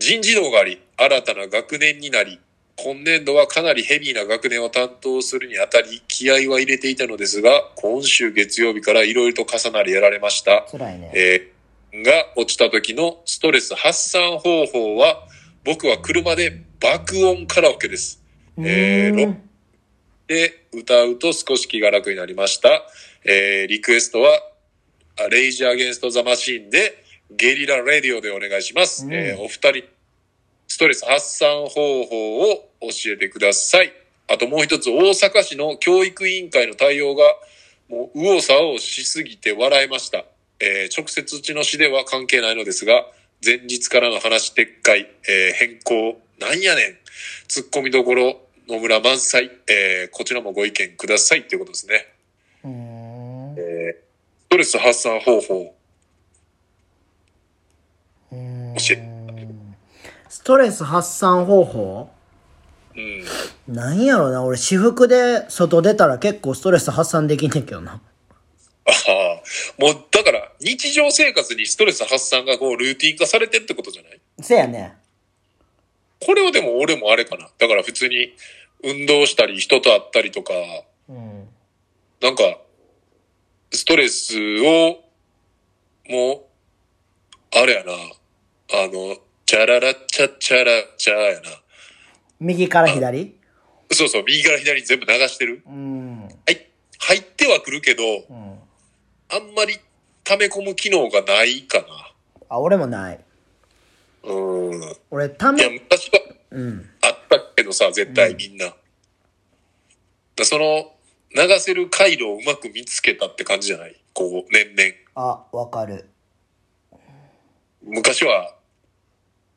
Speaker 2: 人事動があり、新たな学年になり、今年度はかなりヘビーな学年を担当するにあたり、気合は入れていたのですが、今週月曜日からいろいろと重なりやられました。
Speaker 1: 辛いね。
Speaker 2: えーが落ちた時のストレス発散方法は、僕は車で爆音カラオケです。えー
Speaker 1: うーん
Speaker 2: で、歌うと少し気が楽になりました。えーリクエストは、あレイジーアゲンストザマシーンで、ゲリラレディオでお願いします。
Speaker 1: うん
Speaker 2: えーお二人、ストレス発散方法を教えてください。あともう一つ、大阪市の教育委員会の対応が、もう、右往左往しすぎて笑いました。えー直接うちの市では関係ないのですが、前日からの話撤回、えー変更、なんやねん。突っ込みどころ、野村満載、えーこちらもご意見くださいっていうことですね。
Speaker 1: うーん
Speaker 2: えーストレス発散方法。
Speaker 1: うーん
Speaker 2: 教
Speaker 1: ストレス発散方法
Speaker 2: うん。
Speaker 1: なんやろな、俺、私服で外出たら結構ストレス発散できんねんけどな。
Speaker 2: ああ、もう、だから、日常生活にストレス発散がこう、ルーティン化されてるってことじゃない
Speaker 1: せやね。
Speaker 2: これはでも俺もあれかな。だから普通に、運動したり、人と会ったりとか、
Speaker 1: うん。
Speaker 2: なんか、ストレスを、もう、あれやな。あの、チャララチャチャラチャやな。
Speaker 1: 右から左
Speaker 2: そうそう、右から左に全部流してる。
Speaker 1: うん。うん。
Speaker 2: はい、入ってはくるけど、あんまり溜め込む機能がないか
Speaker 1: あ、俺もない。
Speaker 2: な。うん。い
Speaker 1: 俺、た
Speaker 2: や、
Speaker 1: め、
Speaker 2: 昔は
Speaker 1: うん。
Speaker 2: あったけどさ、絶対みんな。だからその、流せる回路をうまく見つけたって感じじゃないこう、年々。
Speaker 1: あ、わかる。
Speaker 2: 昔は、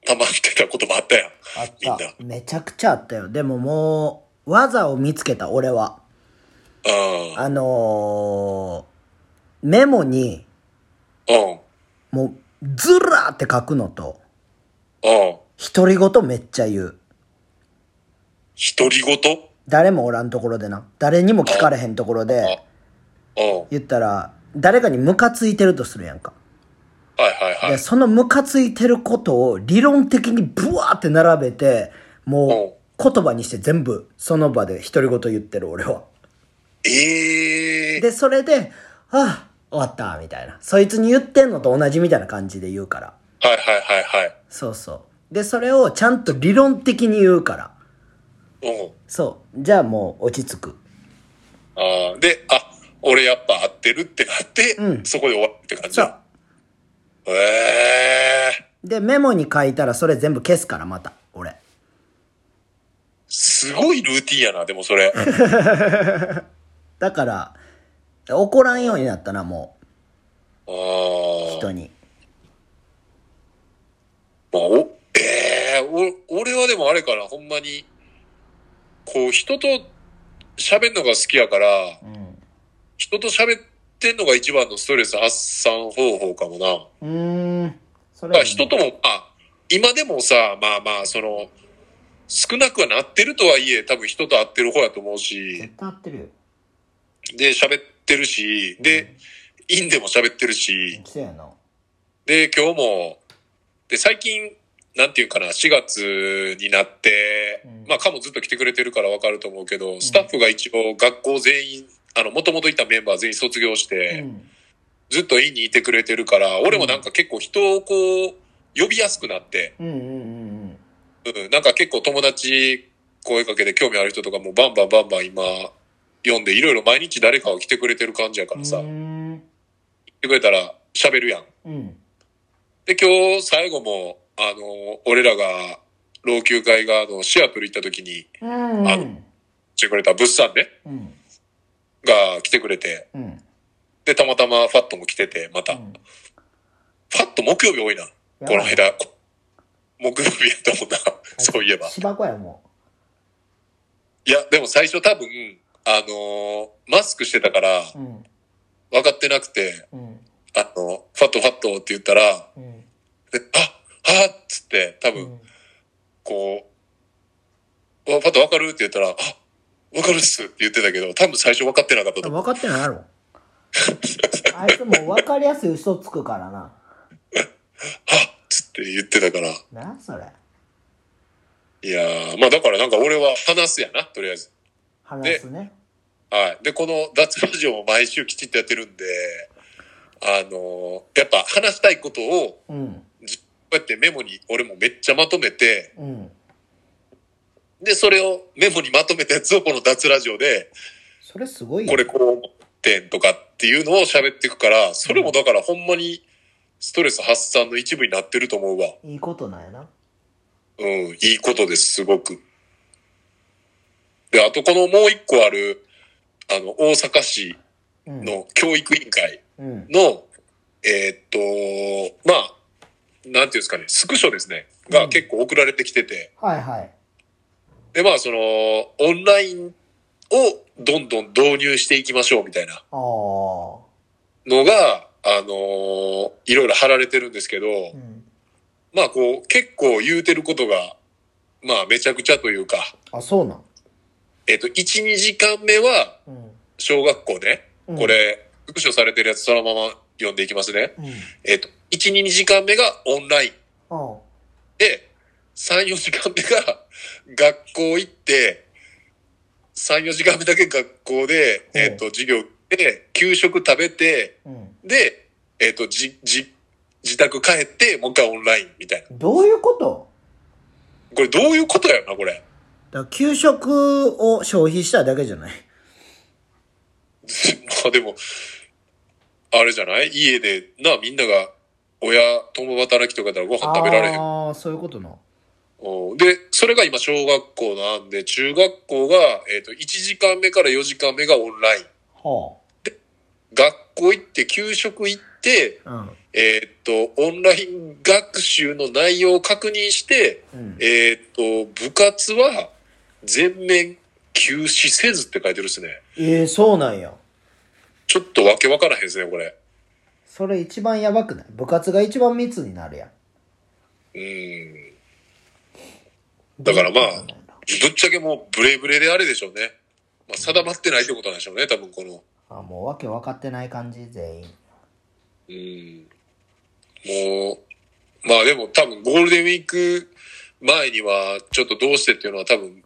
Speaker 2: 溜まってたこともあったやん。
Speaker 1: あっ
Speaker 2: みんな。
Speaker 1: た。めちゃくちゃあったよ。でももう、技を見つけた、俺は。
Speaker 2: あ
Speaker 1: あのー、メモに、
Speaker 2: あ。うん。
Speaker 1: もう、ずらーって書くのと、
Speaker 2: うん。
Speaker 1: 独り言めっちゃ言う。
Speaker 2: 独り言
Speaker 1: 誰もおらんところでな。誰にも聞かれへんところ
Speaker 2: あ
Speaker 1: で、
Speaker 2: うん。はい
Speaker 1: 言ったら、誰かにムカついてるとするやんか。
Speaker 2: はいはい
Speaker 1: で、。そのムカついてることを理論的にブワーって並べて、もう言葉にして全部その場で独り言言ってる俺は。
Speaker 2: ええー。
Speaker 1: で、それで、ああ、終わった、みたいな。そいつに言ってんのと同じみたいな感じで言うから。
Speaker 2: はいはいはいはい。
Speaker 1: そうそう。で、それをちゃんと理論的に言うから。
Speaker 2: うん。
Speaker 1: そう。じゃあもう落ち着く。
Speaker 2: ああ、で、あ、俺やっぱ合ってるってなって、
Speaker 1: うん
Speaker 2: そこで終わるって感じ
Speaker 1: そ
Speaker 2: だ
Speaker 1: う。。
Speaker 2: ええー、
Speaker 1: で、メモに書いたらそれ全部消すから、また。俺。
Speaker 2: すごいルーティンやな、でもそれ。
Speaker 1: だから、怒らんようになったな、も
Speaker 2: あ
Speaker 1: う、
Speaker 2: ー
Speaker 1: 人に。
Speaker 2: まあ、お、ええー、お、俺はでもあれかな、ほんまに、こう、人と喋るのが好きやから、
Speaker 1: う
Speaker 2: 人と喋ってんのが一番のストレス発散方法かもな。
Speaker 1: ん。うーん。そ
Speaker 2: だ
Speaker 1: れ
Speaker 2: から人とも、あ、今でもさ、まあまあ、その、少なくはなってるとはいえ、多分人と会ってる方やと思うし、
Speaker 1: 絶対合ってるよ。
Speaker 2: で、喋ってるし、で、インでも喋ってるし、
Speaker 1: そうやな。
Speaker 2: で、今日も、で、最近、なんていうかな、4月になって、
Speaker 1: うん
Speaker 2: まあ、かもずっと来てくれてるからわかると思うけど、スタッフが一応学校全員、あの、もともといたメンバー全員卒業して、
Speaker 1: うん
Speaker 2: ずっと家にいてくれてるから、俺もなんか結構人をこう、呼びやすくなって、
Speaker 1: うんうん
Speaker 2: うん、なんか結構友達声かけて興味ある人とかもバンバンバンバン今、読んで、いろいろ毎日誰かが来てくれてる感じやか
Speaker 1: うんうん
Speaker 2: らさ、
Speaker 1: う
Speaker 2: 来
Speaker 1: ん
Speaker 2: てくれたら喋るやん。
Speaker 1: うん
Speaker 2: で、今日最後も、あの、俺らが、老朽会が、あの、シアトル行った時に
Speaker 1: うん
Speaker 2: あ来てくれた物産ね、
Speaker 1: うん
Speaker 2: が来てくれて、
Speaker 1: うん
Speaker 2: で、たまたまファットも来てて、また。ファット木曜日多いな。この間、こ木曜日やったもんな、そういえば。
Speaker 1: 芝子やも
Speaker 2: いや、でも最初多分、あのーマスクしてたから、
Speaker 1: ううん
Speaker 2: 分かってなくて、
Speaker 1: うん
Speaker 2: あの、ファットファットって言ったら、
Speaker 1: うん
Speaker 2: であ、あっつって、多
Speaker 1: う
Speaker 2: 分、
Speaker 1: ん
Speaker 2: こう、わパッとわかるって言ったら、あ、わかるっすって言ってたけど、多分最初分かってなかったと思う。
Speaker 1: 分かってないやろ あいつも分かりやすい嘘つくからな
Speaker 2: あっつって言ってたから。い
Speaker 1: なそれ
Speaker 2: やー、まあだからなんか俺は話すやな、とりあえず。
Speaker 1: 話すね
Speaker 2: はい。で、この脱ラジオも毎週きちっとやってるんで、あのーやっぱ話したいことを、
Speaker 1: うん
Speaker 2: じこうやってメモに俺もめっちゃまとめて、
Speaker 1: うん
Speaker 2: で、それをメモにまとめたやつをこの脱ラジオで、
Speaker 1: それすごいよ
Speaker 2: これこう思ってんとかっていうのを喋っていくから、それもだからほんまにストレス発散の一部になってると思うわ。
Speaker 1: いいことなんやな
Speaker 2: うん、いいことです、すごく。で、あとこのもう一個ある、あの、大阪市
Speaker 1: うん
Speaker 2: の教育委員会
Speaker 1: うん
Speaker 2: の、えーっと、まあ、なんていうんですかね、スクショですね、
Speaker 1: う
Speaker 2: が
Speaker 1: ん
Speaker 2: 結構送られてきてて、
Speaker 1: はいはい
Speaker 2: で、まあ、その、オンラインをどんどん導入していきましょうみたい
Speaker 1: あ
Speaker 2: な
Speaker 1: あ
Speaker 2: のが、あのーいろいろ貼られてるんですけど、
Speaker 1: うん
Speaker 2: まあ、こう、結構言うてることが、まあ、めちゃくちゃというか、
Speaker 1: あそうなん
Speaker 2: えっと、1、2時間目は、
Speaker 1: うん
Speaker 2: 小学校ね、
Speaker 1: うん
Speaker 2: これ、復唱されてるやつそのまま読んでいきますね。
Speaker 1: うん
Speaker 2: えっと、1、2時間目がオンライン
Speaker 1: あ
Speaker 2: で、3、4時間目が 学校行って、3、4時間目だけ学校で、
Speaker 1: うん
Speaker 2: えっと、授業で、給食食べて、
Speaker 1: うん
Speaker 2: で、えっと、じ、じ、自宅帰って、もう一回オンラインみたいな。
Speaker 1: どういうこと
Speaker 2: これどういうことやろな、これ。
Speaker 1: だから給食を消費しただけじゃない
Speaker 2: まあでも、あれじゃない家で、な、みんなが、親、共働きとかだらご飯食べられへん。
Speaker 1: ああそういうことな
Speaker 2: うんで、それが今小学校なんで、中学校が、えっ、と、1時間目から4時間目がオンライン。
Speaker 1: は
Speaker 2: 学校行って、給食行って、
Speaker 1: あ
Speaker 2: えっ、と、オンライン学習の内容を確認して、
Speaker 1: うんうん
Speaker 2: えっ、と、部活は全面休止せずって書いてるですね。
Speaker 1: ええそうなんや
Speaker 2: ちょっとわけわからへんですね、これ。
Speaker 1: それ一番やばくない部活が一番密になるやん
Speaker 2: うん。だからまあぶっちゃけもうブレブレであれでしょうね。まあ、定まってないってことなんでしょうね、多分この。
Speaker 1: ああもうわけ分かってない感じ全員
Speaker 2: うん。もう、まあでも多分ゴールデンウィーク前にはちょっとどうしてっていうのは多分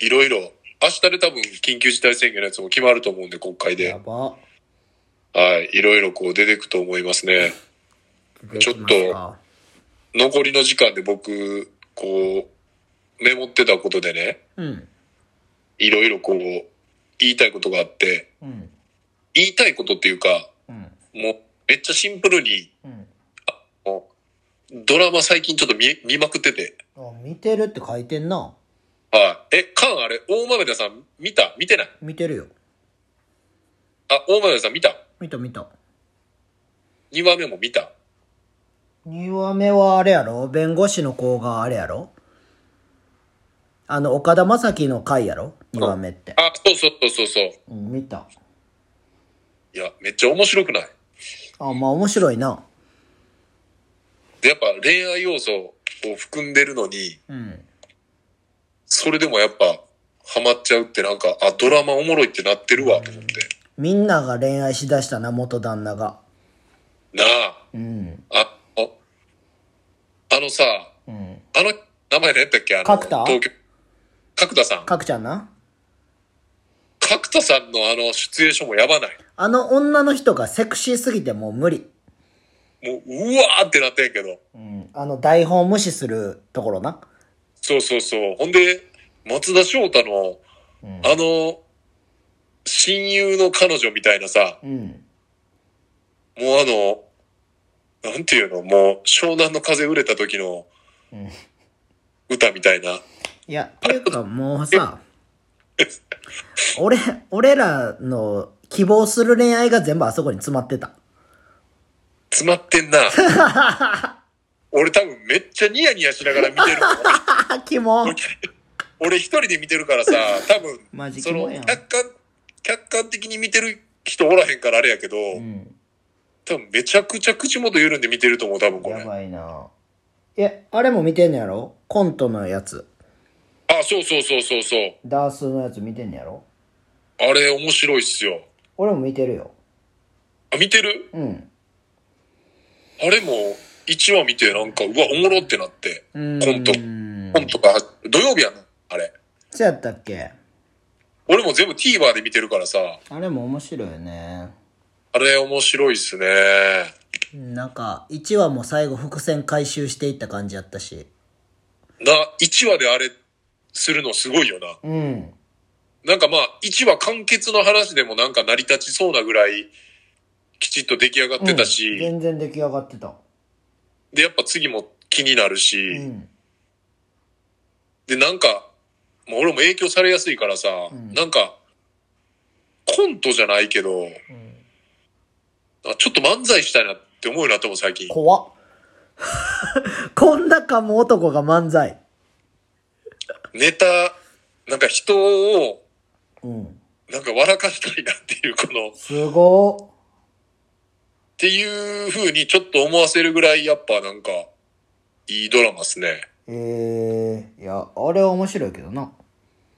Speaker 2: いろいろ、明日で多分緊急事態宣言のやつも決まると思うんで、国会
Speaker 1: や
Speaker 2: で。
Speaker 1: ば
Speaker 2: はい。いろいろこう出てくと思いますね。ちょっ
Speaker 1: 出
Speaker 2: と
Speaker 1: てきま
Speaker 2: 残りの時間で僕、こう、メモってたことでね、
Speaker 1: すかうん
Speaker 2: いろいろこう、言いたいことがあって、
Speaker 1: うん
Speaker 2: 言いたいことっていうか、
Speaker 1: うん
Speaker 2: もうめっちゃシンプルに
Speaker 1: うん
Speaker 2: もうドラマ最近ちょっと見、見まくってて。
Speaker 1: あ見てるって書いてんな
Speaker 2: はい。え、カンあれ、大豆田さん見た見てない
Speaker 1: 見てるよ
Speaker 2: あ、大豆田さん見た
Speaker 1: 見た見た
Speaker 2: ?2 話目も見た
Speaker 1: 2話目はあれやろ弁護士の子があれやろあの岡田将生の回やろ2話目って、
Speaker 2: あ、そうそうそうそうそう。
Speaker 1: うん、見た
Speaker 2: いや、めっちゃ面白くない
Speaker 1: あまあ面白いな
Speaker 2: で、やっぱ恋愛要素を含んでるのに、
Speaker 1: うん
Speaker 2: それでもやっぱ、ハマっちゃうってなんか、あ、ドラマおもろいってなってるわ、と思って。
Speaker 1: みんなが恋愛しだしたな元旦那が
Speaker 2: なあ、
Speaker 1: うん
Speaker 2: あ、ああのさ、
Speaker 1: うん。
Speaker 2: あの、名前何やったっけあの、
Speaker 1: 角田
Speaker 2: 東京。角田さん。
Speaker 1: かくちゃんな。
Speaker 2: 角田さんのあの、シチュエーションもやばない。
Speaker 1: あの女の人がセクシーすぎてもう無理。
Speaker 2: もう、うわーってなってんけど。
Speaker 1: うん。あの台本無視するところな。
Speaker 2: そうそうそう。ほんで、松田翔太の、
Speaker 1: うん
Speaker 2: あの、親友の彼女みたいなさ、
Speaker 1: うん。
Speaker 2: もうあの、なんていうの、もう、湘南の風売れた時の
Speaker 1: うん、
Speaker 2: 歌みたいな。
Speaker 1: いや、っていうかもうさ、俺、俺らの希望する恋愛が全部あそこに詰ま ってた。
Speaker 2: 詰まって んな。俺多分めっちゃニヤニヤしながら見 てるもん。
Speaker 1: あ、キモ。
Speaker 2: 俺一人で見てるからさ、多
Speaker 1: マジキ
Speaker 2: 分、その
Speaker 1: モやん、
Speaker 2: 客観、客観的に見てる人おらへんからあれやけど、
Speaker 1: うん。
Speaker 2: 多分めちゃくちゃ口元緩んで見てると思う、多分これ。
Speaker 1: や
Speaker 2: あ、
Speaker 1: ばいな。え、あれも見てんのやろコントのやつ。
Speaker 2: そうそうそうそうそう。
Speaker 1: ダースのやつ見てんのやろ
Speaker 2: あれ面白いっすよ。
Speaker 1: 俺も見てるよ。
Speaker 2: あ、見てる
Speaker 1: うん。
Speaker 2: あれも、1話見てなんか、うわ、おもろってなって。
Speaker 1: うーん。
Speaker 2: コント本とか、土曜日やな、あれ。
Speaker 1: そうやったっけ
Speaker 2: 俺も全部 TVer で見てるからさ、
Speaker 1: あれも面白いよね。
Speaker 2: あれ面白いっすね。
Speaker 1: なんか、1話も最後伏線回収していった感じやったし。
Speaker 2: な、1話であれ、するのすごいよな。
Speaker 1: うん。
Speaker 2: なんかまあ、1話完結の話でもなんか成り立ちそうなぐらい、きちっと出来上がってたし、
Speaker 1: うん全然出来上がってた。
Speaker 2: で、やっぱ次も気になるし、
Speaker 1: うん。
Speaker 2: で、なんか、もう俺も影響されやすいからさ、
Speaker 1: うん
Speaker 2: なんか、コントじゃないけど、あちょっと漫才したいなって思うようになったもん、最近。
Speaker 1: 怖っ。 こんなかも男が漫才。
Speaker 2: ネタ、なんか人を、
Speaker 1: うん。
Speaker 2: なんか笑かしたいなっていう、この、っ
Speaker 1: すご
Speaker 2: ていう風にちょっと思わせるぐらい、やっぱなんか、いいドラマっすね。
Speaker 1: ー。ええー、いや、あれは面白いけどな。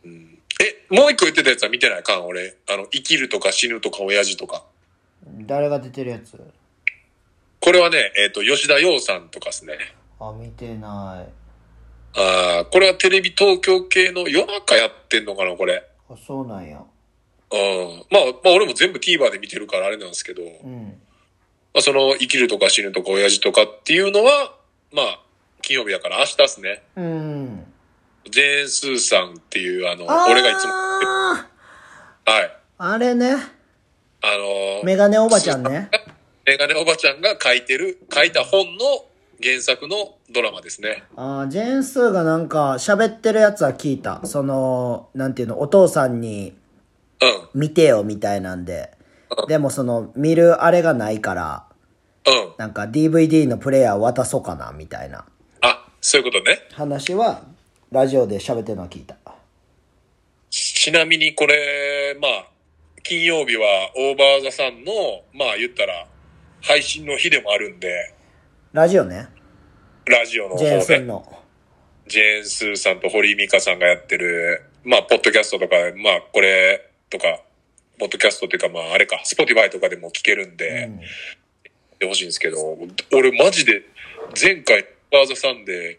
Speaker 2: うんえ、もう一個言ってたやつは見てないかん、俺。あの、生きるとか死ぬとか親父とか。
Speaker 1: 誰が出てるやつ
Speaker 2: これはね、えっ、と、吉田洋さんとかですね。
Speaker 1: あ、見てない。
Speaker 2: ああ、これはテレビ東京系の夜中やってんのかな、これ。
Speaker 1: あ、そうなんや。
Speaker 2: うん。まあ、まあ俺も全部 TVer で見てるからあれなんですけど、
Speaker 1: うん。
Speaker 2: まあその生きるとか死ぬとか親父とかっていうのは、まあ、金曜日だから明日ですね。
Speaker 1: うん。
Speaker 2: ジェーン・スーさんっていう、あの、
Speaker 1: あー
Speaker 2: 俺がいつも、はい。
Speaker 1: あれね。
Speaker 2: あのー、
Speaker 1: メガネおばちゃんね。
Speaker 2: メガネおばちゃんが書いてる、書いた本の原作のドラマですね。
Speaker 1: あージェーンスーがなんか喋ってるやつは聞いた。その、なんていうの、お父さんに
Speaker 2: うん。
Speaker 1: 見てよみたいなんで。でもその、見るあれがないから、
Speaker 2: うん。
Speaker 1: なんか DVD のプレイヤー渡そうかなみたいな
Speaker 2: あ、そういうことね。
Speaker 1: 話は、ラジオで喋ってるのは聞いた。
Speaker 2: ちなみにこれ、まあ、金曜日はオーバーザさんの、まあ言ったら、配信の日でもあるんで、
Speaker 1: ラジオね。
Speaker 2: ラジオの方
Speaker 1: ジェーンスー
Speaker 2: で、
Speaker 1: の。
Speaker 2: ジェーン・スーさんと堀井美香さんがやってる、まあ、ポッドキャストとか、まあ、これとか、ポッドキャストっていうか、まあ、あれか、スポティファイとかでも聞けるん
Speaker 1: う
Speaker 2: で、
Speaker 1: ん。
Speaker 2: でほしいんですけど、俺マジで、前回、オーバーザさんで、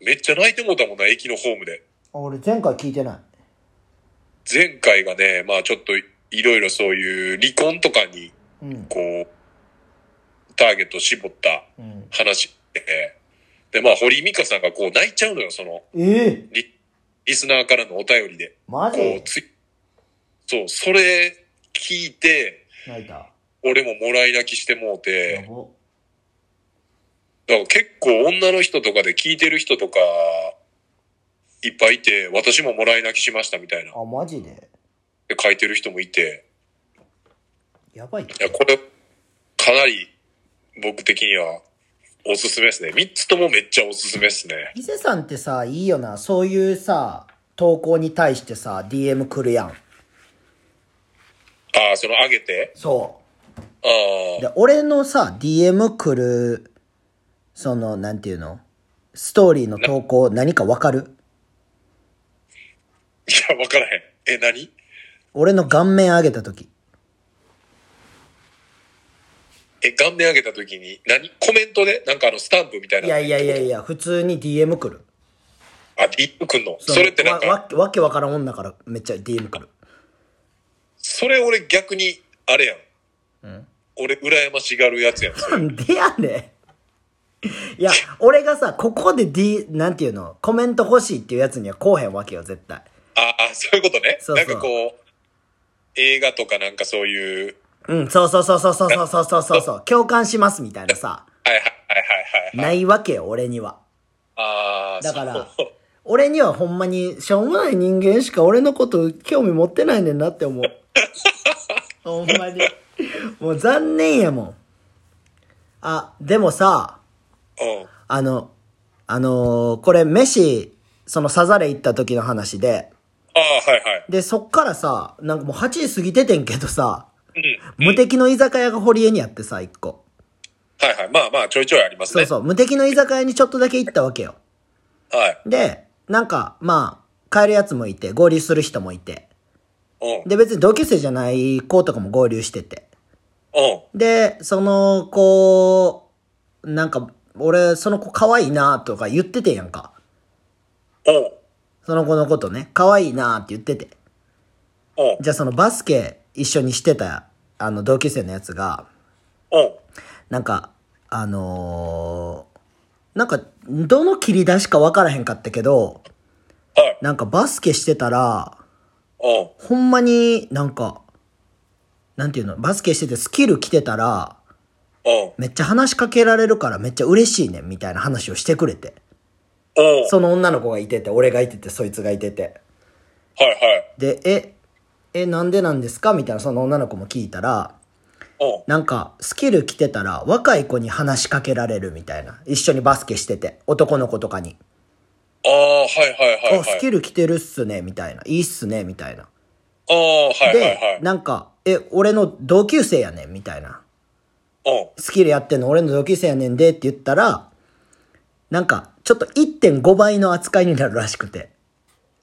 Speaker 2: めっちゃ泣いてもうたもんな、駅のホームで。
Speaker 1: あ俺前回聞いてない。
Speaker 2: 前回がね、まあ、ちょっと、いろいろそういう離婚とかに、
Speaker 1: うん。
Speaker 2: こう、ターゲットを絞った
Speaker 1: うん、
Speaker 2: 話で、で、まあ、堀井美香さんがこう泣いちゃうのよ、その、
Speaker 1: ええ
Speaker 2: リリスナーからのお便りで。
Speaker 1: マ
Speaker 2: こ
Speaker 1: ジ
Speaker 2: うついそう、それ聞いて、
Speaker 1: 泣いた。
Speaker 2: 俺ももらい泣きしてもう
Speaker 1: やば。
Speaker 2: て、だから結構女の人とかで聞いてる人とか、いっぱいいて、私ももらい泣きしましたみたいな。
Speaker 1: あ、マジで
Speaker 2: で書いてる人もいて、
Speaker 1: やばい。
Speaker 2: いや、これ、かなり僕的にはおすすめですね。3つともめっちゃおすすめですね。
Speaker 1: 伊勢さんってさ、いいよな。そういうさ、投稿に対してさ、DM 来るやん。
Speaker 2: ああ、その上げて
Speaker 1: そ
Speaker 2: あ
Speaker 1: う。
Speaker 2: あ、
Speaker 1: で、俺のさ、DM 来る、その、なんていうのストーリーの投稿、何かわかる
Speaker 2: いや、わからへん。え、何
Speaker 1: 俺の顔面上げた時。
Speaker 2: え、顔面上げた時に、何コメントでなんかあの、スタンプみたいな。
Speaker 1: いやいやいやい
Speaker 2: や。
Speaker 1: や、普通に DM 来る。
Speaker 2: あ、一服の。それってなん
Speaker 1: わ
Speaker 2: か、
Speaker 1: わわけわからん女からめっちゃ DM 来る。
Speaker 2: それ俺逆に、あれやん。俺、羨ましがるやつやん。それ
Speaker 1: なんでやねん。いや、俺がさ、ここで D、なんていうの、コメント欲しいっていうやつにはこうへんわけよ、絶対。
Speaker 2: ああ、そういうことね。
Speaker 1: そうそう
Speaker 2: なんかこう、映画とかなんかそういう、
Speaker 1: うん、そうそうそうそうそうそうそうそうそうそう、共感しますみたいなさ、
Speaker 2: はいはいはいはいはい。
Speaker 1: ないわけよ、俺には。
Speaker 2: ああ、
Speaker 1: だから
Speaker 2: そう
Speaker 1: 俺にはほんまに、しょうもない人間しか俺のこと興味持ってないねんなって思う。ほんまに。もう残念やもん。あ、でもさ、
Speaker 2: うん。
Speaker 1: あの、あのーこれ、飯、そのサザレ行った時の話で、
Speaker 2: ああ、はいはい。
Speaker 1: で、そっからさ、なんかもう8時過ぎててんけどさ、
Speaker 2: うん。
Speaker 1: 無敵の居酒屋が堀江にあってさ、一個。
Speaker 2: はいはい。まあまあ、ちょいちょいあります
Speaker 1: そう
Speaker 2: ね。
Speaker 1: そう、無敵の居酒屋にちょっとだけ行ったわけよ。
Speaker 2: はい。
Speaker 1: で、なんか、まあ、帰るやつもいて、合流する人もいて。
Speaker 2: うん。
Speaker 1: で、別に同級生じゃない子とかも合流してて。
Speaker 2: うん。
Speaker 1: で、その子、なんか、俺、その子可愛いなとか言っててんやんか。
Speaker 2: うん。
Speaker 1: その子のことね、可愛いなって言ってて。
Speaker 2: うん。
Speaker 1: じゃあそのバスケ一緒にしてた、あの、同級生のやつが、
Speaker 2: うん。
Speaker 1: なんか、あのーなんか、どの切り出しか分からへんかったけど、
Speaker 2: はい。
Speaker 1: なんかバスケしてたら、
Speaker 2: うん。
Speaker 1: ほんまになんか、なんていうの、バスケしててスキル来てたら、
Speaker 2: うん。
Speaker 1: めっちゃ話しかけられるからめっちゃ嬉しいねんみたいな話をしてくれて。
Speaker 2: うん。
Speaker 1: その女の子がいてて、俺がいてて、そいつがいてて。
Speaker 2: はいはい。
Speaker 1: で、え、え、なんでなんですかみたいなその女の子も聞いたら、
Speaker 2: うん。
Speaker 1: なんか、スキル着てたら、若い子に話しかけられるみたいな。一緒にバスケしてて、男の子とかに。
Speaker 2: ああ、はいはいはい
Speaker 1: あ、
Speaker 2: は
Speaker 1: ス
Speaker 2: い。
Speaker 1: キル着てるっすね、みたいな。いいっすね、みたいな。
Speaker 2: ああ、はいはいは
Speaker 1: で、なんか、え、俺の同級生やねん、みたいな。
Speaker 2: い。
Speaker 1: スキルやってんの俺の同級生やねんで、って言ったら、なんか、ちょっと1.5倍の扱いになるらしくて。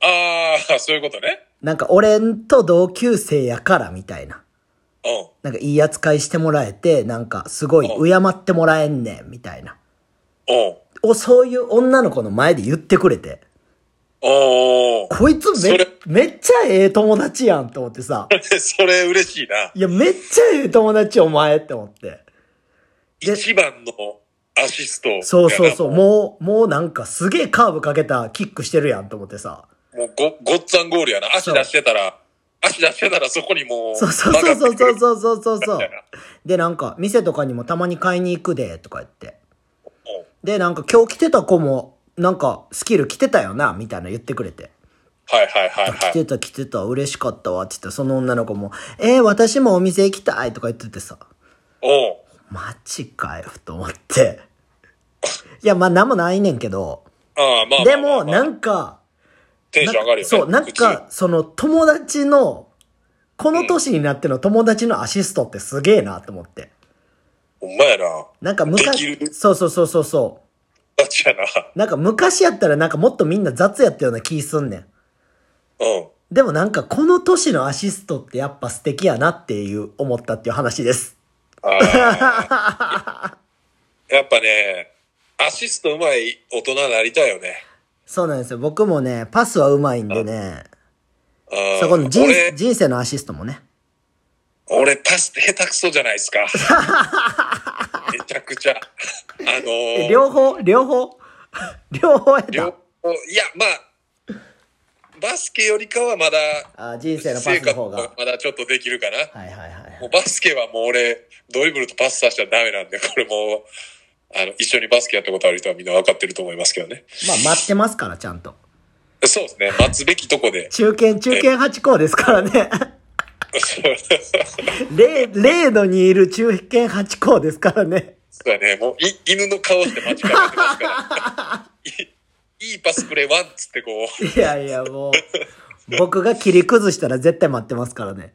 Speaker 2: うん。あ あ、そういうことね。
Speaker 1: なんか、俺と同級生やから、みたいな。
Speaker 2: うん。
Speaker 1: なんか、いい扱いしてもらえて、なんか、すごい、敬ってもらえんねん、みたいな。
Speaker 2: うん。
Speaker 1: を、そういう女の子の前で言ってくれて。
Speaker 2: お
Speaker 1: こいつ
Speaker 2: それ
Speaker 1: め、めっちゃええ友達やんと思ってさ。
Speaker 2: ー。 それ嬉しいな。
Speaker 1: いや、めっちゃええ友達お前って思って。で
Speaker 2: 一番のアシストやな。
Speaker 1: そうそうそう。もう、もうなんかすげえカーブかけたキックしてるやんと思ってさ。
Speaker 2: もうご、ごっつぁんゴールやな。足出してたら、足出してたらそこにもう、
Speaker 1: そうそうそうそう
Speaker 2: 曲がってくる
Speaker 1: そうそうそうそう
Speaker 2: みたいな。
Speaker 1: で、なんか、店とかにもたまに買いに行くで、とか言って。
Speaker 2: うん
Speaker 1: で、なんか今日来てた子も、なんかスキル来てたよな、みたいな言ってくれて。
Speaker 2: はいはいはいは
Speaker 1: 来
Speaker 2: い。
Speaker 1: てた来てた、嬉しかったわ、って言って、その女の子も、えー、私もお店行きたいとか言っててさ。
Speaker 2: おう
Speaker 1: マジかよと思って。いや、まあ、なんもないねんけど。
Speaker 2: ああ、まあまあまあ、
Speaker 1: でも、
Speaker 2: まあ
Speaker 1: なんか、
Speaker 2: テンション上がるよね。
Speaker 1: そう、なんか、その友達の、この年になっての友達のアシストってすげえなと思って。
Speaker 2: 普通に。ほんまやな。
Speaker 1: なんか
Speaker 2: でき
Speaker 1: 昔、
Speaker 2: る
Speaker 1: そうそうそうそうそ
Speaker 2: ガチやな。
Speaker 1: う。なんか昔やったらなんかもっとみんな雑やったような気すんねん。
Speaker 2: うん。
Speaker 1: でもなんかこの年のアシストってやっぱ素敵やなっていう思ったっていう話です。
Speaker 2: あーやっぱね、アシストうまい大人になりたいよね。
Speaker 1: そうなんですよ。僕もね、パスはうまいんでね、
Speaker 2: うん
Speaker 1: そこの人
Speaker 2: 俺、
Speaker 1: 人生のアシストもね。
Speaker 2: 俺パスって下手くそじゃな いですか。めちゃくちゃ。あの
Speaker 1: え
Speaker 2: ー、
Speaker 1: 両方、両方、両方やっ
Speaker 2: 両
Speaker 1: た。
Speaker 2: 方いや、まあ、バスケよりかはまだ、
Speaker 1: あ人生のパスの方が。
Speaker 2: まだちょっとできるかな。
Speaker 1: はいはいはい
Speaker 2: もう。バスケはもう俺、ドリブルとパスさせちゃダメなんで、これもう、あの、一緒にバスケやったことある人はみんな分かってると思いますけどね。
Speaker 1: まあ待ってますから、ちゃんと。。
Speaker 2: そうですね。待つべきとこで
Speaker 1: 中堅、中堅8校ですからね。0、0のにいる中堅8校ですからね。
Speaker 2: そうだね。もう、い犬の顔して間違ってますから。 いいいパスプレーワンっつってこう。
Speaker 1: いやいや、もう、僕が切り崩したら絶対待ってますからね。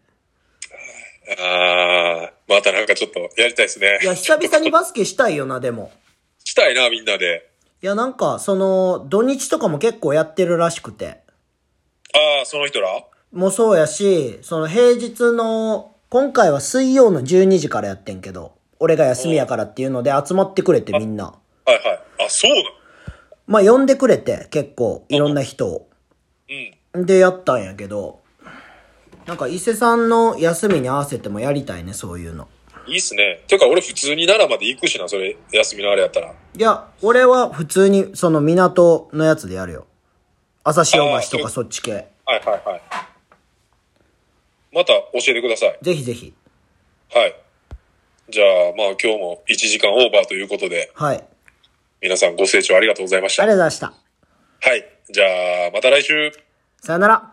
Speaker 2: ああ、またなんかちょっとやりたいですね
Speaker 1: い。や、久々にバスケしたいよな、でも。
Speaker 2: したいな、みんなで。
Speaker 1: いや、なんか、その、土日とかも結構やってるらしくて。
Speaker 2: ああ、その人ら
Speaker 1: もそうやし、その平日の、今回は水曜の12時からやってんけど、俺が休みやからっていうので集まってくれてみんな。
Speaker 2: はいはい。あ、そうなの
Speaker 1: まあ呼んでくれて結構いろんな人を。
Speaker 2: うん。
Speaker 1: でやったんやけど、なんか伊勢さんの休みに合わせてもやりたいね、そういうの。
Speaker 2: いいっすね。てか俺普通に奈良まで行くしな、それ、休みのあれやったら。
Speaker 1: いや、俺は普通にその港のやつでやるよ。朝潮橋とかそっち系。
Speaker 2: はいはいはい。また教えてください。
Speaker 1: ぜひぜひ。
Speaker 2: はい。じゃあ、まあ今日も1時間オーバーということで、
Speaker 1: はい。あり
Speaker 2: 皆さんご清聴ありがとうございまし
Speaker 1: が
Speaker 2: た。
Speaker 1: とう
Speaker 2: はい。
Speaker 1: ございました。
Speaker 2: じゃあ、また来週。
Speaker 1: さよなら。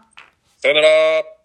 Speaker 2: さよなら。